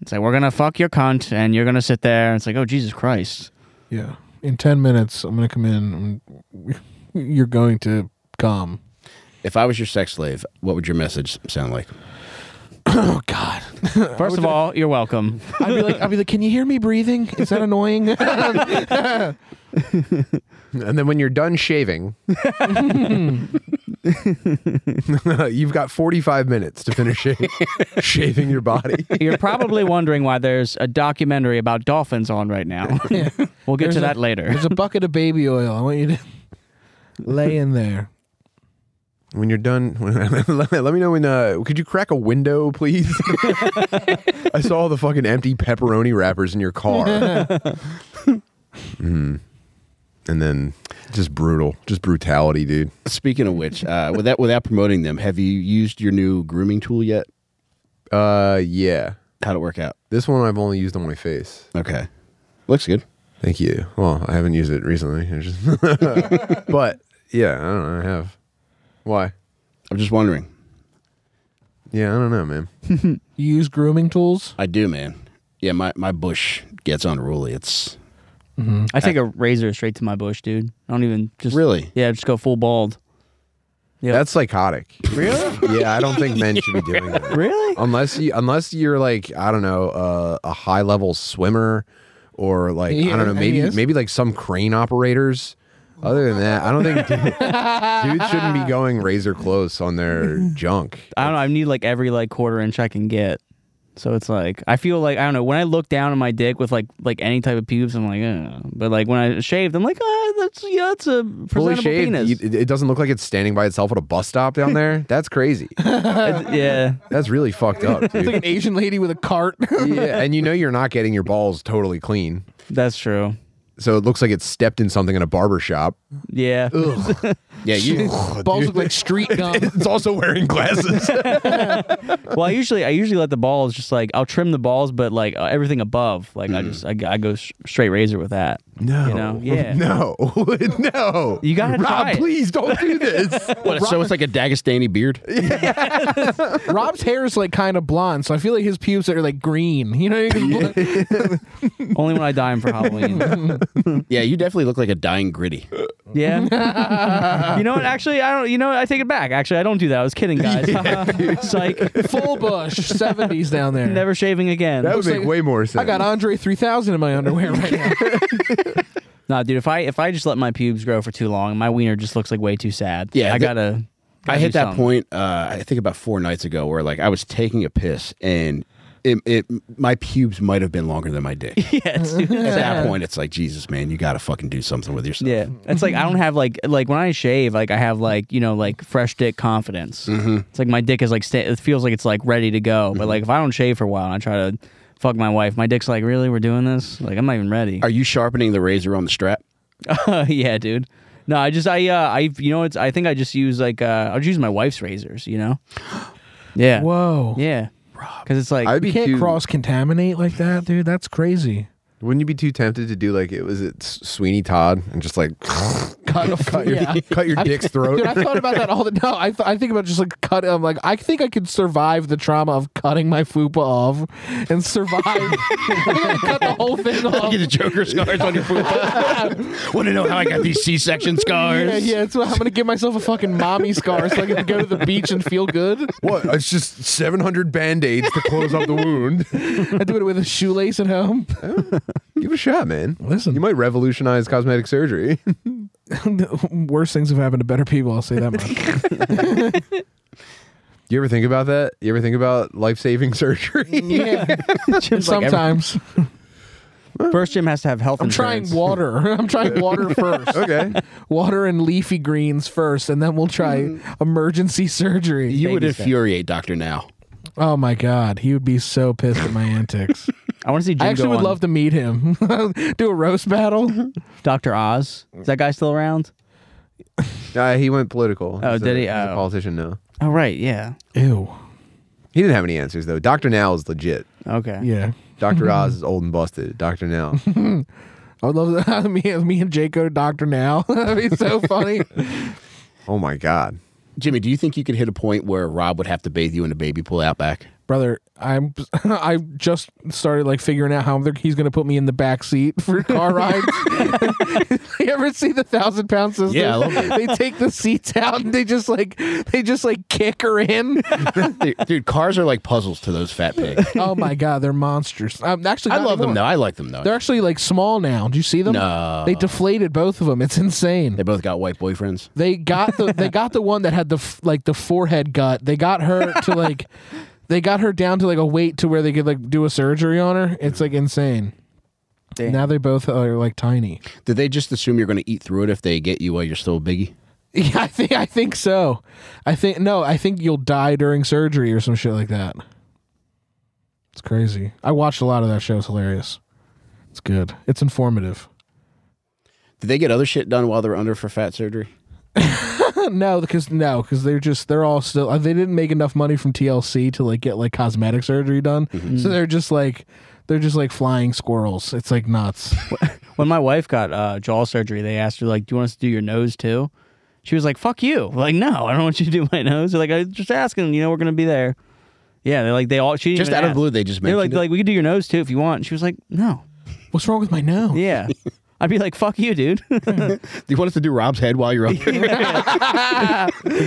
[SPEAKER 4] It's like, we're going to fuck your cunt and you're going to sit there. And it's like, oh, Jesus Christ.
[SPEAKER 3] Yeah. In 10 minutes, I'm going to come in. and You're going to come.
[SPEAKER 1] If I was your sex slave, what would your message sound like?
[SPEAKER 3] Oh, God.
[SPEAKER 4] First of all, you're welcome.
[SPEAKER 3] I'd be like, I'd be like, can you hear me breathing? Is that annoying?
[SPEAKER 2] And then when you're done shaving, you've got 45 minutes to finish shaving, shaving your body.
[SPEAKER 4] You're probably wondering why there's a documentary about dolphins on right now. We'll get
[SPEAKER 3] There's
[SPEAKER 4] to
[SPEAKER 3] a-
[SPEAKER 4] that later.
[SPEAKER 3] There's a bucket of baby oil. I want you to lay in there.
[SPEAKER 2] When you're done, let, let me know when. Uh, could you crack a window, please? I saw all the fucking empty pepperoni wrappers in your car. Mm. And then just brutal, just brutality, dude.
[SPEAKER 1] Speaking of which, uh, without without promoting them, have you used your new grooming tool yet?
[SPEAKER 2] Uh, yeah.
[SPEAKER 1] How'd it work out?
[SPEAKER 2] This one I've only used on my face.
[SPEAKER 1] Okay, looks good.
[SPEAKER 2] Thank you. Well, I haven't used it recently. I just- but yeah, I don't know. I have. Why?
[SPEAKER 1] I'm just wondering.
[SPEAKER 2] Yeah, I don't know, man.
[SPEAKER 3] You use grooming tools?
[SPEAKER 1] I do, man. Yeah, my my bush gets unruly. It's
[SPEAKER 4] I take a razor straight to my bush, dude. I don't even just.
[SPEAKER 1] Really?
[SPEAKER 4] Yeah, just go full bald. Yep.
[SPEAKER 2] That's psychotic. Really? yeah, I don't think men should be doing that.
[SPEAKER 4] Really?
[SPEAKER 2] Unless you, unless you're like I don't know, uh, a high level swimmer, or like
[SPEAKER 3] Yeah,
[SPEAKER 2] I don't know,
[SPEAKER 3] and he
[SPEAKER 2] maybe
[SPEAKER 3] is.
[SPEAKER 2] maybe like some crane operators. Other than that, I don't think dude- dudes shouldn't be going razor close on their junk.
[SPEAKER 4] I don't know. I need like every like quarter inch I can get. So it's like I feel like I don't know when I look down at my dick with like like any type of pubes I'm like, eh. but like when I shaved I'm like, ah, that's yeah, that's a
[SPEAKER 2] Fully
[SPEAKER 4] presentable
[SPEAKER 2] shaved,
[SPEAKER 4] penis.
[SPEAKER 2] you- it- it doesn't look like it's standing by itself at a bus stop down there. That's crazy.
[SPEAKER 4] It's- yeah,
[SPEAKER 2] That's really fucked up, dude.
[SPEAKER 3] Like an Asian lady with a cart.
[SPEAKER 2] yeah, and you know you're not getting your balls totally clean.
[SPEAKER 4] that's true.
[SPEAKER 2] so it looks like it stepped in something in a barber shop.
[SPEAKER 4] Yeah.
[SPEAKER 1] Yeah, you.
[SPEAKER 3] Balls look like street gum.
[SPEAKER 2] It's also wearing glasses.
[SPEAKER 4] well, I usually I usually let the balls just like I'll trim the balls, but like uh, everything above, like I
[SPEAKER 2] Mm.
[SPEAKER 4] just I, I go sh- straight razor with that.
[SPEAKER 2] No.
[SPEAKER 4] You know? Yeah.
[SPEAKER 2] No. no.
[SPEAKER 4] You gotta
[SPEAKER 2] Rob,
[SPEAKER 4] try it.
[SPEAKER 2] please don't do this.
[SPEAKER 1] What, so it's like a Dagestani beard.
[SPEAKER 3] Rob's hair is like kind of blonde, so I feel like his pubes are like green. You know, 'cause bl-
[SPEAKER 4] Only when I dye 'em for Halloween.
[SPEAKER 1] Yeah, you definitely look like a dying gritty.
[SPEAKER 4] Yeah. you know what? Actually, I don't. You know, what? I take it back. Actually, I don't do that. I was kidding, guys. Psych.
[SPEAKER 3] full bush seventies down there.
[SPEAKER 4] Never shaving again.
[SPEAKER 2] that would
[SPEAKER 3] Looks
[SPEAKER 2] make
[SPEAKER 3] like-
[SPEAKER 2] way more sense.
[SPEAKER 3] I got Andre three thousand in my underwear right now.
[SPEAKER 4] Nah, dude. If I if I just let my pubes grow for too long, my wiener just looks like way too sad.
[SPEAKER 1] Yeah,
[SPEAKER 4] I
[SPEAKER 1] the-
[SPEAKER 4] gotta.
[SPEAKER 1] I
[SPEAKER 4] gotta
[SPEAKER 1] hit
[SPEAKER 4] do
[SPEAKER 1] that
[SPEAKER 4] something.
[SPEAKER 1] point. Uh, I think about four nights ago, where like I was taking a piss and it, it my pubes might have been longer than my dick.
[SPEAKER 4] Yeah, dude.
[SPEAKER 1] At that point, it's like Jesus, man, you got to fucking do something with yourself.
[SPEAKER 4] Yeah, it's like I don't have like like when I shave, like I have like you know like fresh dick confidence.
[SPEAKER 1] Mm-hmm.
[SPEAKER 4] It's like my dick is like sta- it feels like it's like ready to go. But like if I don't shave for a while and I try to fuck my wife, my dick's like really we're doing this. Like I'm not even ready.
[SPEAKER 1] Are you sharpening the razor on the strap?
[SPEAKER 4] yeah, dude. No, I just I uh I you know it's I think I just use like uh I just use my wife's razors. You know. Yeah.
[SPEAKER 3] Whoa,
[SPEAKER 4] Yeah. Because it's like
[SPEAKER 2] I'd be
[SPEAKER 3] you can't
[SPEAKER 2] too,
[SPEAKER 3] cross contaminate like that, dude. That's crazy.
[SPEAKER 2] Wouldn't you be too tempted to do like it was it S- Sweeney Todd and just like
[SPEAKER 3] Cut,
[SPEAKER 2] cut your cut your dick's throat?
[SPEAKER 3] Dude, I thought about that all the no. I, th- I think about just like cut. I'm like, I think I could survive the trauma of cutting my fupa off and survive. I cut the whole thing off.
[SPEAKER 1] Get the Joker scars on your foot. Want to know how I got these C-section scars?
[SPEAKER 3] Yeah, yeah. It's, I'm gonna give myself a fucking mommy scar so I can go to the beach and feel good.
[SPEAKER 2] what? It's just seven hundred band aids to close up the wound.
[SPEAKER 3] I do it with a shoelace at home.
[SPEAKER 2] Give it a shot, man.
[SPEAKER 3] Listen.
[SPEAKER 2] you might revolutionize cosmetic surgery.
[SPEAKER 3] Worse things have happened to better people. I'll say that much.
[SPEAKER 2] you ever think about that? You ever think about life saving surgery?
[SPEAKER 3] yeah,
[SPEAKER 4] Jim's like, every-
[SPEAKER 3] sometimes
[SPEAKER 4] first Jim has to have health
[SPEAKER 3] I'm
[SPEAKER 4] insurance.
[SPEAKER 3] trying water. I'm trying water first.
[SPEAKER 2] okay.
[SPEAKER 3] Water and leafy greens first, and then we'll try emergency surgery.
[SPEAKER 1] You would
[SPEAKER 4] Baby step.
[SPEAKER 1] infuriate Doctor Now.
[SPEAKER 3] Oh my god, he would be so pissed at my antics.
[SPEAKER 4] I want to see. Jim
[SPEAKER 3] I actually
[SPEAKER 4] go
[SPEAKER 3] would
[SPEAKER 4] on
[SPEAKER 3] love to meet him. Do a roast battle.
[SPEAKER 4] Dr. Oz. Is that guy still around?
[SPEAKER 2] Uh, he went political.
[SPEAKER 4] Oh,
[SPEAKER 2] He's a-
[SPEAKER 4] did he?
[SPEAKER 2] he's a
[SPEAKER 4] Oh.
[SPEAKER 2] politician now.
[SPEAKER 4] Oh right, yeah.
[SPEAKER 3] Ew.
[SPEAKER 2] He didn't have any answers though. Doctor Now is legit.
[SPEAKER 4] Okay.
[SPEAKER 3] Yeah.
[SPEAKER 2] Doctor Oz is old and busted. Doctor Now.
[SPEAKER 3] I would love to, me, me and Jake go to Doctor Now. That'd be so funny.
[SPEAKER 2] Oh my God.
[SPEAKER 1] Jimmy, do you think you could hit a point where Rob would have to bathe you in a baby pool out back?
[SPEAKER 3] Brother, I'm I just started like figuring out how they're- he's gonna put me in the back seat for car rides. you ever see the thousand pound sisters?
[SPEAKER 1] Yeah, I love it.
[SPEAKER 3] they take the seats out and they just like they just like kick her in.
[SPEAKER 1] dude, dude, cars are like puzzles to those fat pigs.
[SPEAKER 3] oh my god, they're monsters. Um, actually,
[SPEAKER 1] I
[SPEAKER 3] not
[SPEAKER 1] love them
[SPEAKER 3] anymore.
[SPEAKER 1] though. I like them though.
[SPEAKER 3] They're actually like small now. Do you see them?
[SPEAKER 1] No.
[SPEAKER 3] They deflated both of them. It's insane.
[SPEAKER 1] they both got white boyfriends.
[SPEAKER 3] They got the they got the one that had the f- like the forehead gut. They got her to like they got her down to like a weight to where they could like do a surgery on her. It's like insane.
[SPEAKER 4] Damn.
[SPEAKER 3] Now they both are like tiny.
[SPEAKER 1] Did they just assume you're going to eat through it if they get you while you're still a biggie?
[SPEAKER 3] Yeah, I think I think so. I think no, I think you'll die during surgery or some shit like that. It's crazy. I watched a lot of that show. It's hilarious. It's good. It's informative.
[SPEAKER 1] Did they get other shit done while they're under for fat surgery?
[SPEAKER 3] Uh, No, because no, because they're just they're all still uh, they didn't make enough money from TLC to like get like cosmetic surgery done, so they're just like they're just like flying squirrels. It's like nuts.
[SPEAKER 4] When my wife got uh, jaw surgery, they asked her like, "Do you want us to do your nose too?" She was like, "Fuck you!" I'm like, no, I don't want you to do my nose. They're like, I was just asking. You know, we're gonna be there. Yeah, they're like, they all. She didn't
[SPEAKER 1] Just
[SPEAKER 4] even
[SPEAKER 1] out of
[SPEAKER 4] ask.
[SPEAKER 1] the blue, they just
[SPEAKER 4] They're like,
[SPEAKER 1] mentioned
[SPEAKER 4] they're like, we could do your nose too if you want. And she was like, no.
[SPEAKER 3] What's wrong with my nose?
[SPEAKER 4] Yeah. I'd be like, fuck you, dude. You
[SPEAKER 1] it. Do you want us to do Rob's head while you're under?
[SPEAKER 4] can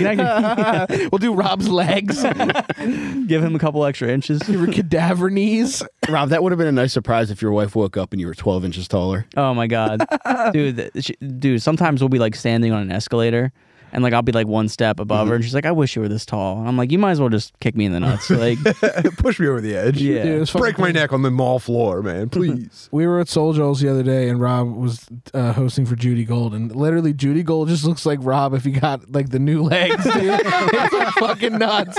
[SPEAKER 4] actually
[SPEAKER 3] We'll do Rob's legs,
[SPEAKER 4] give him a couple extra inches.
[SPEAKER 3] your cadaver knees.
[SPEAKER 1] Rob, that would have been a nice surprise if your wife woke up and you were 12 inches taller.
[SPEAKER 4] Oh my god, dude, th- she, dude. Sometimes we'll be like standing on an escalator, and like I'll be like one step above her, and
[SPEAKER 2] Mm-hmm.
[SPEAKER 4] she's like, "I wish you were this tall." And I'm like, "You might as well just kick me in the nuts." Like,
[SPEAKER 2] Push me over the edge.
[SPEAKER 4] yeah,
[SPEAKER 3] Dude, it was fucking
[SPEAKER 2] Break my neck on the mall floor, man. Please.
[SPEAKER 3] We were at Soul Joel's the other day, and Rob was uh, hosting for Judy Gold, and literally Judy Gold just looks like Rob if he got like the new legs, dude. it's like fucking nuts.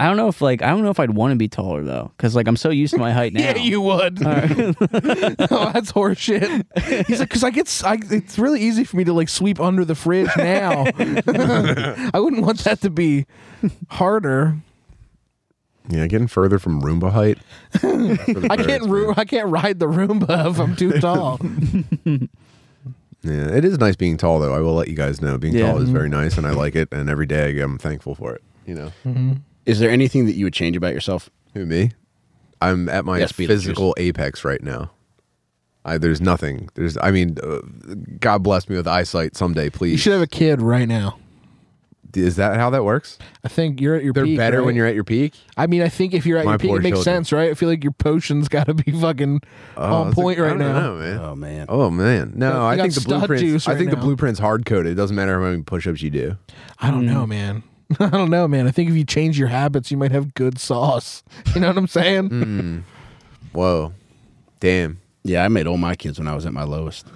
[SPEAKER 4] I don't know if like I don't know if I'd want to be taller though, because like I'm so used to my height now.
[SPEAKER 3] Yeah, you would. oh, that's horseshit. He's like, because I get, s- I, it's really easy for me to like sweep under the fridge now. I wouldn't want that to be harder.
[SPEAKER 2] Yeah, getting further from Roomba height.
[SPEAKER 3] I can't, ru- I can't ride the Roomba if I'm too tall.
[SPEAKER 2] Yeah, it is nice being tall though. I will let you guys know. Being
[SPEAKER 4] Yeah.
[SPEAKER 2] tall is very nice, and I like it. And every day I'm thankful for it. You know,
[SPEAKER 1] Is there anything that you would change about yourself?
[SPEAKER 2] who me? I'm at my
[SPEAKER 1] Yes, Beetlejuice.
[SPEAKER 2] physical apex right now. I, there's nothing. There's. I mean, uh, God bless me with eyesight someday, please.
[SPEAKER 3] You should have a kid right now.
[SPEAKER 2] is that how that works?
[SPEAKER 3] I think you're at your.
[SPEAKER 2] They're
[SPEAKER 3] peak,
[SPEAKER 2] better when
[SPEAKER 3] right?
[SPEAKER 2] you're at your peak.
[SPEAKER 3] I mean, I think if you're at
[SPEAKER 2] My
[SPEAKER 3] your peak,
[SPEAKER 2] poor
[SPEAKER 3] it makes
[SPEAKER 2] children.
[SPEAKER 3] sense, right? I feel like your potion's got to be fucking on
[SPEAKER 2] Oh, that's a-
[SPEAKER 3] point
[SPEAKER 2] I
[SPEAKER 3] right
[SPEAKER 2] don't
[SPEAKER 3] now.
[SPEAKER 2] know, man.
[SPEAKER 1] Oh man.
[SPEAKER 2] Oh man, no!
[SPEAKER 3] You
[SPEAKER 2] I
[SPEAKER 3] got
[SPEAKER 2] think the
[SPEAKER 3] stud
[SPEAKER 2] blueprints.
[SPEAKER 3] juice
[SPEAKER 2] I
[SPEAKER 3] right
[SPEAKER 2] think the
[SPEAKER 3] now.
[SPEAKER 2] blueprints hard coded. It doesn't matter how many push-ups you do.
[SPEAKER 3] I don't know, man. I don't know, man. I think if you change your habits, you might have good sauce. You know what I'm saying?
[SPEAKER 2] Hmm. Whoa, damn!
[SPEAKER 1] Yeah, I made all my kids when I was at my lowest.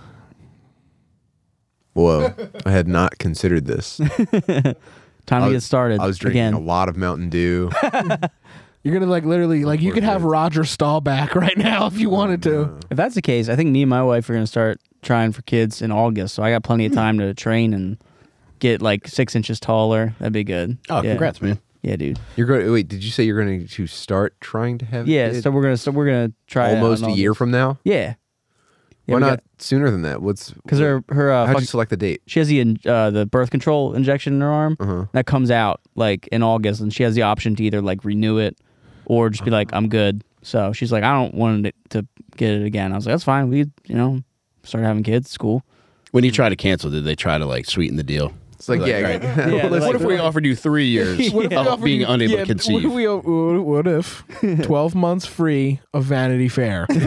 [SPEAKER 2] Whoa, I had not considered this.
[SPEAKER 4] Time
[SPEAKER 2] I
[SPEAKER 4] to
[SPEAKER 2] was-
[SPEAKER 4] get started.
[SPEAKER 2] I was drinking
[SPEAKER 4] again.
[SPEAKER 2] a lot of Mountain Dew.
[SPEAKER 3] You're gonna like literally like you could have Roger Staubach right now if you
[SPEAKER 2] Oh,
[SPEAKER 3] wanted to.
[SPEAKER 4] If that's the case, I think me and my wife are gonna start trying for kids in August, so I got
[SPEAKER 2] Hmm.
[SPEAKER 4] plenty of time to train and get like six inches taller. That'd be good.
[SPEAKER 1] Oh,
[SPEAKER 4] yeah.
[SPEAKER 1] congrats, man.
[SPEAKER 4] Yeah, dude.
[SPEAKER 2] You're going. Wait, did you say you're going to start trying to have?
[SPEAKER 4] Yeah,
[SPEAKER 2] kids
[SPEAKER 4] so we're gonna so we're gonna try it out
[SPEAKER 2] almost
[SPEAKER 4] in
[SPEAKER 2] a
[SPEAKER 4] August.
[SPEAKER 2] year from now.
[SPEAKER 4] Yeah.
[SPEAKER 2] Why not sooner than that? What's
[SPEAKER 4] Because her her uh,
[SPEAKER 2] How'd you
[SPEAKER 4] fucking-
[SPEAKER 2] select the date?
[SPEAKER 4] she has the in- uh, the birth control injection in her arm
[SPEAKER 2] Uh-huh.
[SPEAKER 4] that comes out like in August, and she has the option to either like renew it or just be like,
[SPEAKER 2] Uh-huh.
[SPEAKER 4] "I'm good." So she's like, "I don't want it to get it again." I was like, "That's fine. We you know start having kids. It's cool."
[SPEAKER 1] When you try to cancel, did they try to like sweeten the deal?
[SPEAKER 2] It's like, yeah,
[SPEAKER 1] right.
[SPEAKER 2] yeah.
[SPEAKER 4] Yeah,
[SPEAKER 1] what
[SPEAKER 4] like-
[SPEAKER 1] if we offered you three years
[SPEAKER 4] What if we
[SPEAKER 1] of Oh, being unable to conceive?
[SPEAKER 3] What if, we, what if twelve months free of Vanity Fair?
[SPEAKER 1] and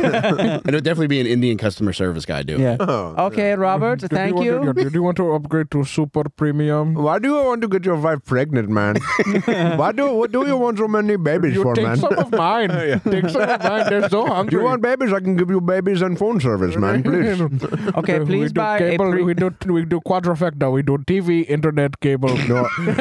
[SPEAKER 1] it would definitely be an Indian customer service guy doing.
[SPEAKER 4] Yeah.
[SPEAKER 1] it.
[SPEAKER 2] Oh,
[SPEAKER 4] okay, Robert. Thank
[SPEAKER 3] do
[SPEAKER 4] you.
[SPEAKER 3] Want to, do you want to upgrade to super premium?
[SPEAKER 2] Why do you want to get your wife pregnant, man? Why do what do you want so many babies
[SPEAKER 3] You take some of mine. Take some of mine. They're so hungry.
[SPEAKER 2] babies? I can give you babies and phone service, man.
[SPEAKER 4] Okay,
[SPEAKER 3] we
[SPEAKER 4] please
[SPEAKER 3] do
[SPEAKER 4] buy a
[SPEAKER 3] cable.
[SPEAKER 4] pre-
[SPEAKER 3] we do we do quadrifecta. We do TV, internet, cable.
[SPEAKER 2] No, no,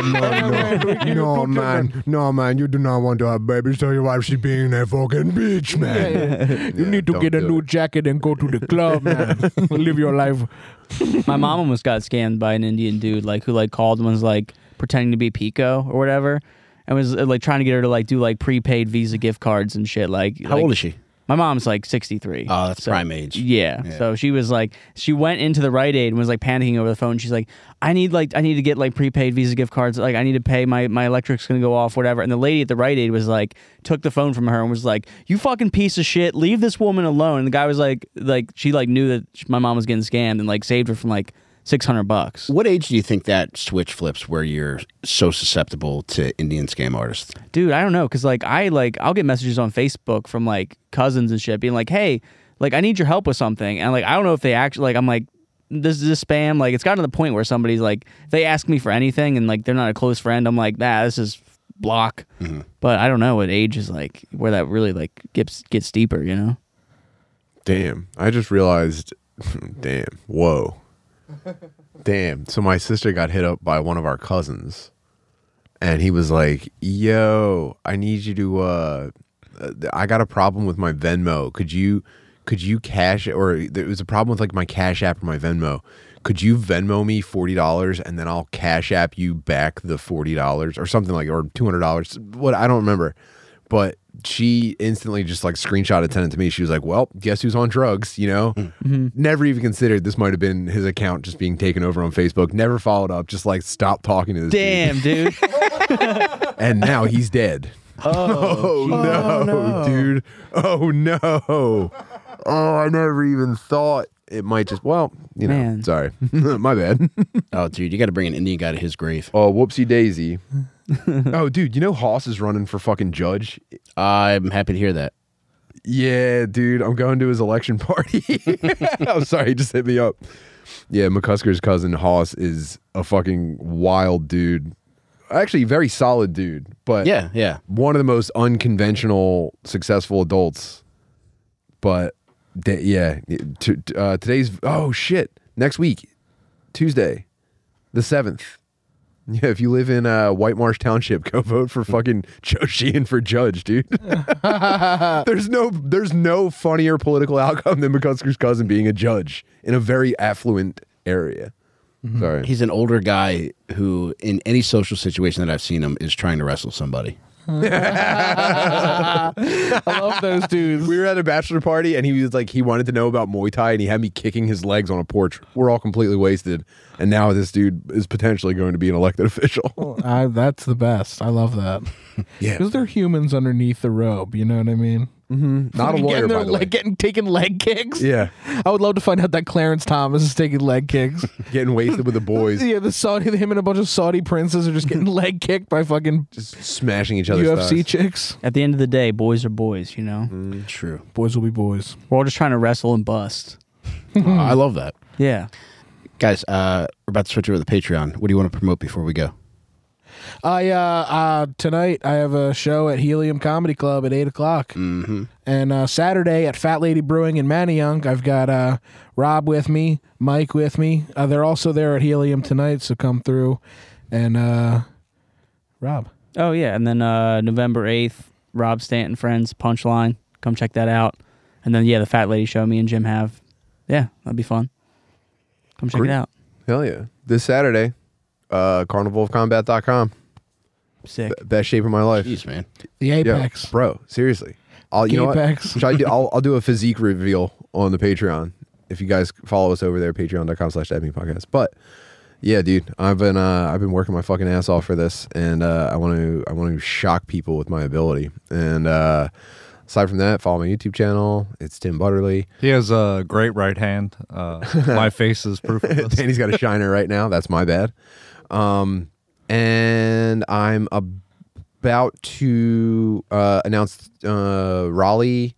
[SPEAKER 2] no, no, no, man, no, man. You do not want to have babies. Tell your wife she's being a fucking bitch, man.
[SPEAKER 3] You need to
[SPEAKER 2] don't
[SPEAKER 3] get a
[SPEAKER 2] do
[SPEAKER 3] new
[SPEAKER 2] it.
[SPEAKER 3] jacket and go to the club, man. Live your life.
[SPEAKER 4] My mom almost got scammed by an Indian dude, like who like called and was like pretending to be Pico or whatever, and was uh, like trying to get her to like do like prepaid Visa gift cards and shit. Like,
[SPEAKER 1] How
[SPEAKER 4] like-
[SPEAKER 1] old is she?
[SPEAKER 4] My mom's like sixty three.
[SPEAKER 1] Oh, that's prime age.
[SPEAKER 4] Yeah. So she was like, she went into the Rite Aid and was like panicking over the phone. She's like, I need like, I need to get like prepaid Visa gift cards. Like, I need to pay my my electric's gonna go off, whatever. And the lady at the Rite Aid was like, took the phone from her and was like, you fucking piece of shit, leave this woman alone. And the guy was like, like she like knew that sh- my mom was getting scammed and like saved her from like six hundred bucks.
[SPEAKER 1] What age do you think that switch flips where you're so susceptible to Indian scam artists?
[SPEAKER 4] dude i don't know because like i like i'll get messages on facebook from like cousins and shit being like hey like i need your help with something and like i don't know if they actually like i'm like this is a spam like it's gotten to the point where somebody's like if they ask me for anything and like they're not a close friend i'm like nah this is block but i don't know what age is like where that really like gets gets deeper you know
[SPEAKER 2] Damn. I just realized. Damn. Whoa. Damn. So my sister got hit up by one of our cousins, and he was like, "Yo, I need you to. uh uh, I got a problem with my Venmo. Could you, could you cash or there was a problem with like my Cash App or my Venmo. Could you Venmo me forty dollars and then I'll Cash App you back the forty dollars or something like or two hundred dollars? What I don't remember." but she instantly just like screenshotted sent it to me. She was like, "Well, guess who's on drugs?" You know, never even considered this might have been his account just being taken over on Facebook. Never followed up. Just like stopped talking to this. dude.
[SPEAKER 4] damn dude
[SPEAKER 2] And now he's dead. Oh, no, dude! Oh no! Oh, I never even thought it might just. Well, you know,
[SPEAKER 4] Man.
[SPEAKER 2] sorry, my bad.
[SPEAKER 1] Oh, dude, you got to bring an Indian guy to his grave.
[SPEAKER 2] Oh, whoopsie daisy. oh, dude, you know Hoss is running for fucking judge
[SPEAKER 1] I'm happy to hear that.
[SPEAKER 2] Yeah, dude, I'm going to his election party. I'm sorry, he just hit me up. Yeah, McCusker's cousin Haas is a fucking wild dude. Actually, very solid dude, but
[SPEAKER 1] Yeah, yeah.
[SPEAKER 2] one of the most unconventional successful adults. But da- yeah, t- t- uh, today's oh shit, next week, Tuesday, the seventh, Yeah, if you live in uh, White Marsh Township, go vote for fucking Joe Sheehan for judge, dude. there's no there's no funnier political outcome than McCusker's cousin being a judge in a very affluent area. Sorry.
[SPEAKER 1] He's an older guy who, in any social situation that I've seen him, is trying to wrestle somebody.
[SPEAKER 3] I love those dudes.
[SPEAKER 2] we were at a bachelor party and he was like he wanted to know about Muay Thai and he had me kicking his legs on a porch. We're all completely wasted. And now this dude is potentially going to be an elected official.
[SPEAKER 3] I, that's the best. I love that.
[SPEAKER 2] Yeah.
[SPEAKER 3] Because they're humans underneath the robe. You know what I mean?
[SPEAKER 2] Mm-hmm. Not a lawyer,
[SPEAKER 3] getting, their
[SPEAKER 2] by the
[SPEAKER 3] leg-
[SPEAKER 2] way.
[SPEAKER 3] getting taking leg kicks.
[SPEAKER 2] Yeah.
[SPEAKER 3] I would love to find out that Clarence Thomas is taking leg kicks.
[SPEAKER 2] Getting wasted with the boys,
[SPEAKER 3] yeah, the Saudi, him and a bunch of Saudi princes are just getting leg kicked by fucking
[SPEAKER 2] just smashing each other's
[SPEAKER 3] UFC
[SPEAKER 2] thighs.
[SPEAKER 3] chicks.
[SPEAKER 4] At the end of the day, boys are boys, you know?
[SPEAKER 1] True.
[SPEAKER 3] Boys will be boys.
[SPEAKER 4] We're all just trying to wrestle and bust.
[SPEAKER 1] Mm-hmm. I love that.
[SPEAKER 4] Yeah.
[SPEAKER 1] Guys, uh, we're about to switch over to the Patreon. What do you want to promote before we go?
[SPEAKER 3] I uh, uh tonight I have a show at Helium Comedy Club at eight o'clock,
[SPEAKER 2] Mm.
[SPEAKER 3] and uh, Saturday at Fat Lady Brewing in Manayunk. I've got uh Rob with me, Mike with me. Uh, they're also there at Helium tonight, so come through. And uh Rob,
[SPEAKER 4] Oh, yeah. And then uh, November 8th, Rob Stanton Friends Punchline. Come check that out. And then, yeah, the Fat Lady Show me and Jim have. Yeah, that'd be fun. Come check
[SPEAKER 2] Great.
[SPEAKER 4] it out.
[SPEAKER 2] Hell yeah. This Saturday, uh, carnivalofcombat.com.
[SPEAKER 4] Sick.
[SPEAKER 2] B- best shape of my life.
[SPEAKER 1] Jeez, man.
[SPEAKER 3] the
[SPEAKER 2] Yo,
[SPEAKER 3] Apex.
[SPEAKER 2] bro, seriously. I'll, you know what?
[SPEAKER 3] Apex.
[SPEAKER 2] Should I do, I'll, I'll do a physique reveal on the Patreon. If you guys follow us over there, patreon.com slash admin podcast. But yeah, dude, I've been uh, I've been working my fucking ass off for this and uh, I want to I want to shock people with my ability. And uh, aside from that, follow my YouTube channel. It's Tim Butterly.
[SPEAKER 5] He has a great right hand. Uh, my face is proof of this.
[SPEAKER 2] Danny's got a shiner right now. That's my bad. Um, and I'm about to uh, announce uh, Raleigh,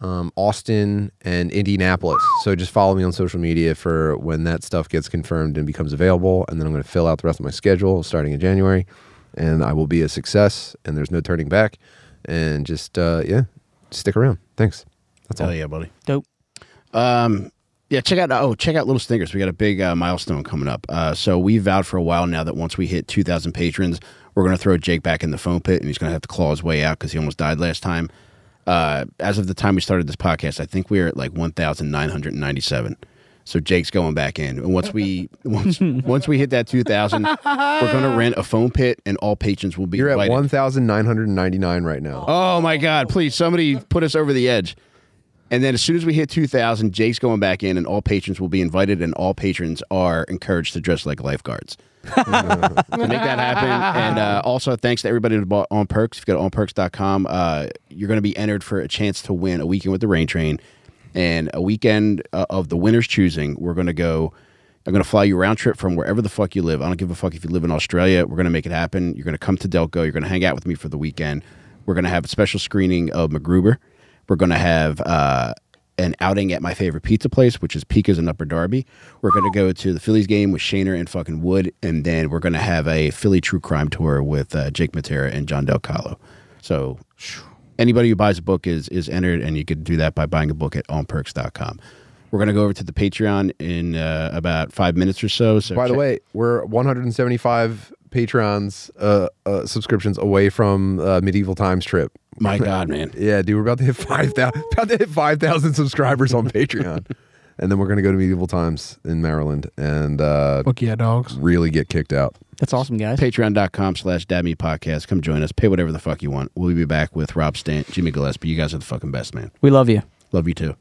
[SPEAKER 2] um, Austin, and Indianapolis. So just follow me on social media for when that stuff gets confirmed and becomes available. And then I'm going to fill out the rest of my schedule starting in January. And I will be a success. And there's no turning back. And just, uh, yeah, stick around. Thanks. That's all.
[SPEAKER 1] Hell yeah, buddy.
[SPEAKER 4] Dope.
[SPEAKER 1] Um, yeah, check out oh, check out Little Stinkers. We got a big uh, milestone coming up. Uh, so we vowed for a while now that once we hit 2,000 patrons, we're going to throw Jake back in the phone pit, and he's going to have to claw his way out because he almost died last time. Uh, as of the time we started this podcast, I think we are at like 1,997. So Jake's going back in, and once we once once we hit that 2,000, we're going to rent a phone pit, and all patrons will be
[SPEAKER 2] You're at
[SPEAKER 1] invited.
[SPEAKER 2] 1,999 right now.
[SPEAKER 1] Oh my God! Please, somebody put us over the edge. And then, as soon as we hit two thousand, Jake's going back in, and all patrons will be invited, and all patrons are encouraged to dress like lifeguards. to make that happen. And uh, also, thanks to everybody that bought On Perks. If you go to onperks.com, uh, you're going to be entered for a chance to win a weekend with the Rain Train. And a weekend uh, of the winner's choosing, we're going to go. I'm going to fly you round trip from wherever the fuck you live. I don't give a fuck if you live in Australia. We're going to make it happen. You're going to come to Delco. You're going to hang out with me for the weekend. We're going to have a special screening of MacGruber. We're going to have uh, an outing at my favorite pizza place, which is Pika's in Upper Darby. We're going to go to the Phillies game with Shaner and fucking Wood, and then we're going to have a Philly true crime tour with uh, Jake Matera and John Del Calo. So anybody who buys a book is is entered, and you could do that by buying a book at onperks.com. We're going to go over to the Patreon in uh, about five minutes or so. So
[SPEAKER 2] By the
[SPEAKER 1] check-
[SPEAKER 2] way, we're 175 Patreons uh, uh, subscriptions away from uh, medieval times trip.
[SPEAKER 1] my God, man.
[SPEAKER 2] Yeah, dude, we're about to hit five thousand about to hit five thousand subscribers on Patreon, and then we're gonna go to medieval times in Maryland and uh,
[SPEAKER 3] Fuck yeah, dogs.
[SPEAKER 2] really get kicked out.
[SPEAKER 4] That's awesome, guys.
[SPEAKER 1] Patreon.com slash Dabney Podcast. Come join us. Pay whatever the fuck you want. We'll be back with Rob Stant, Jimmy Gillespie. You guys are the fucking best, man.
[SPEAKER 4] We love you.
[SPEAKER 1] Love you too.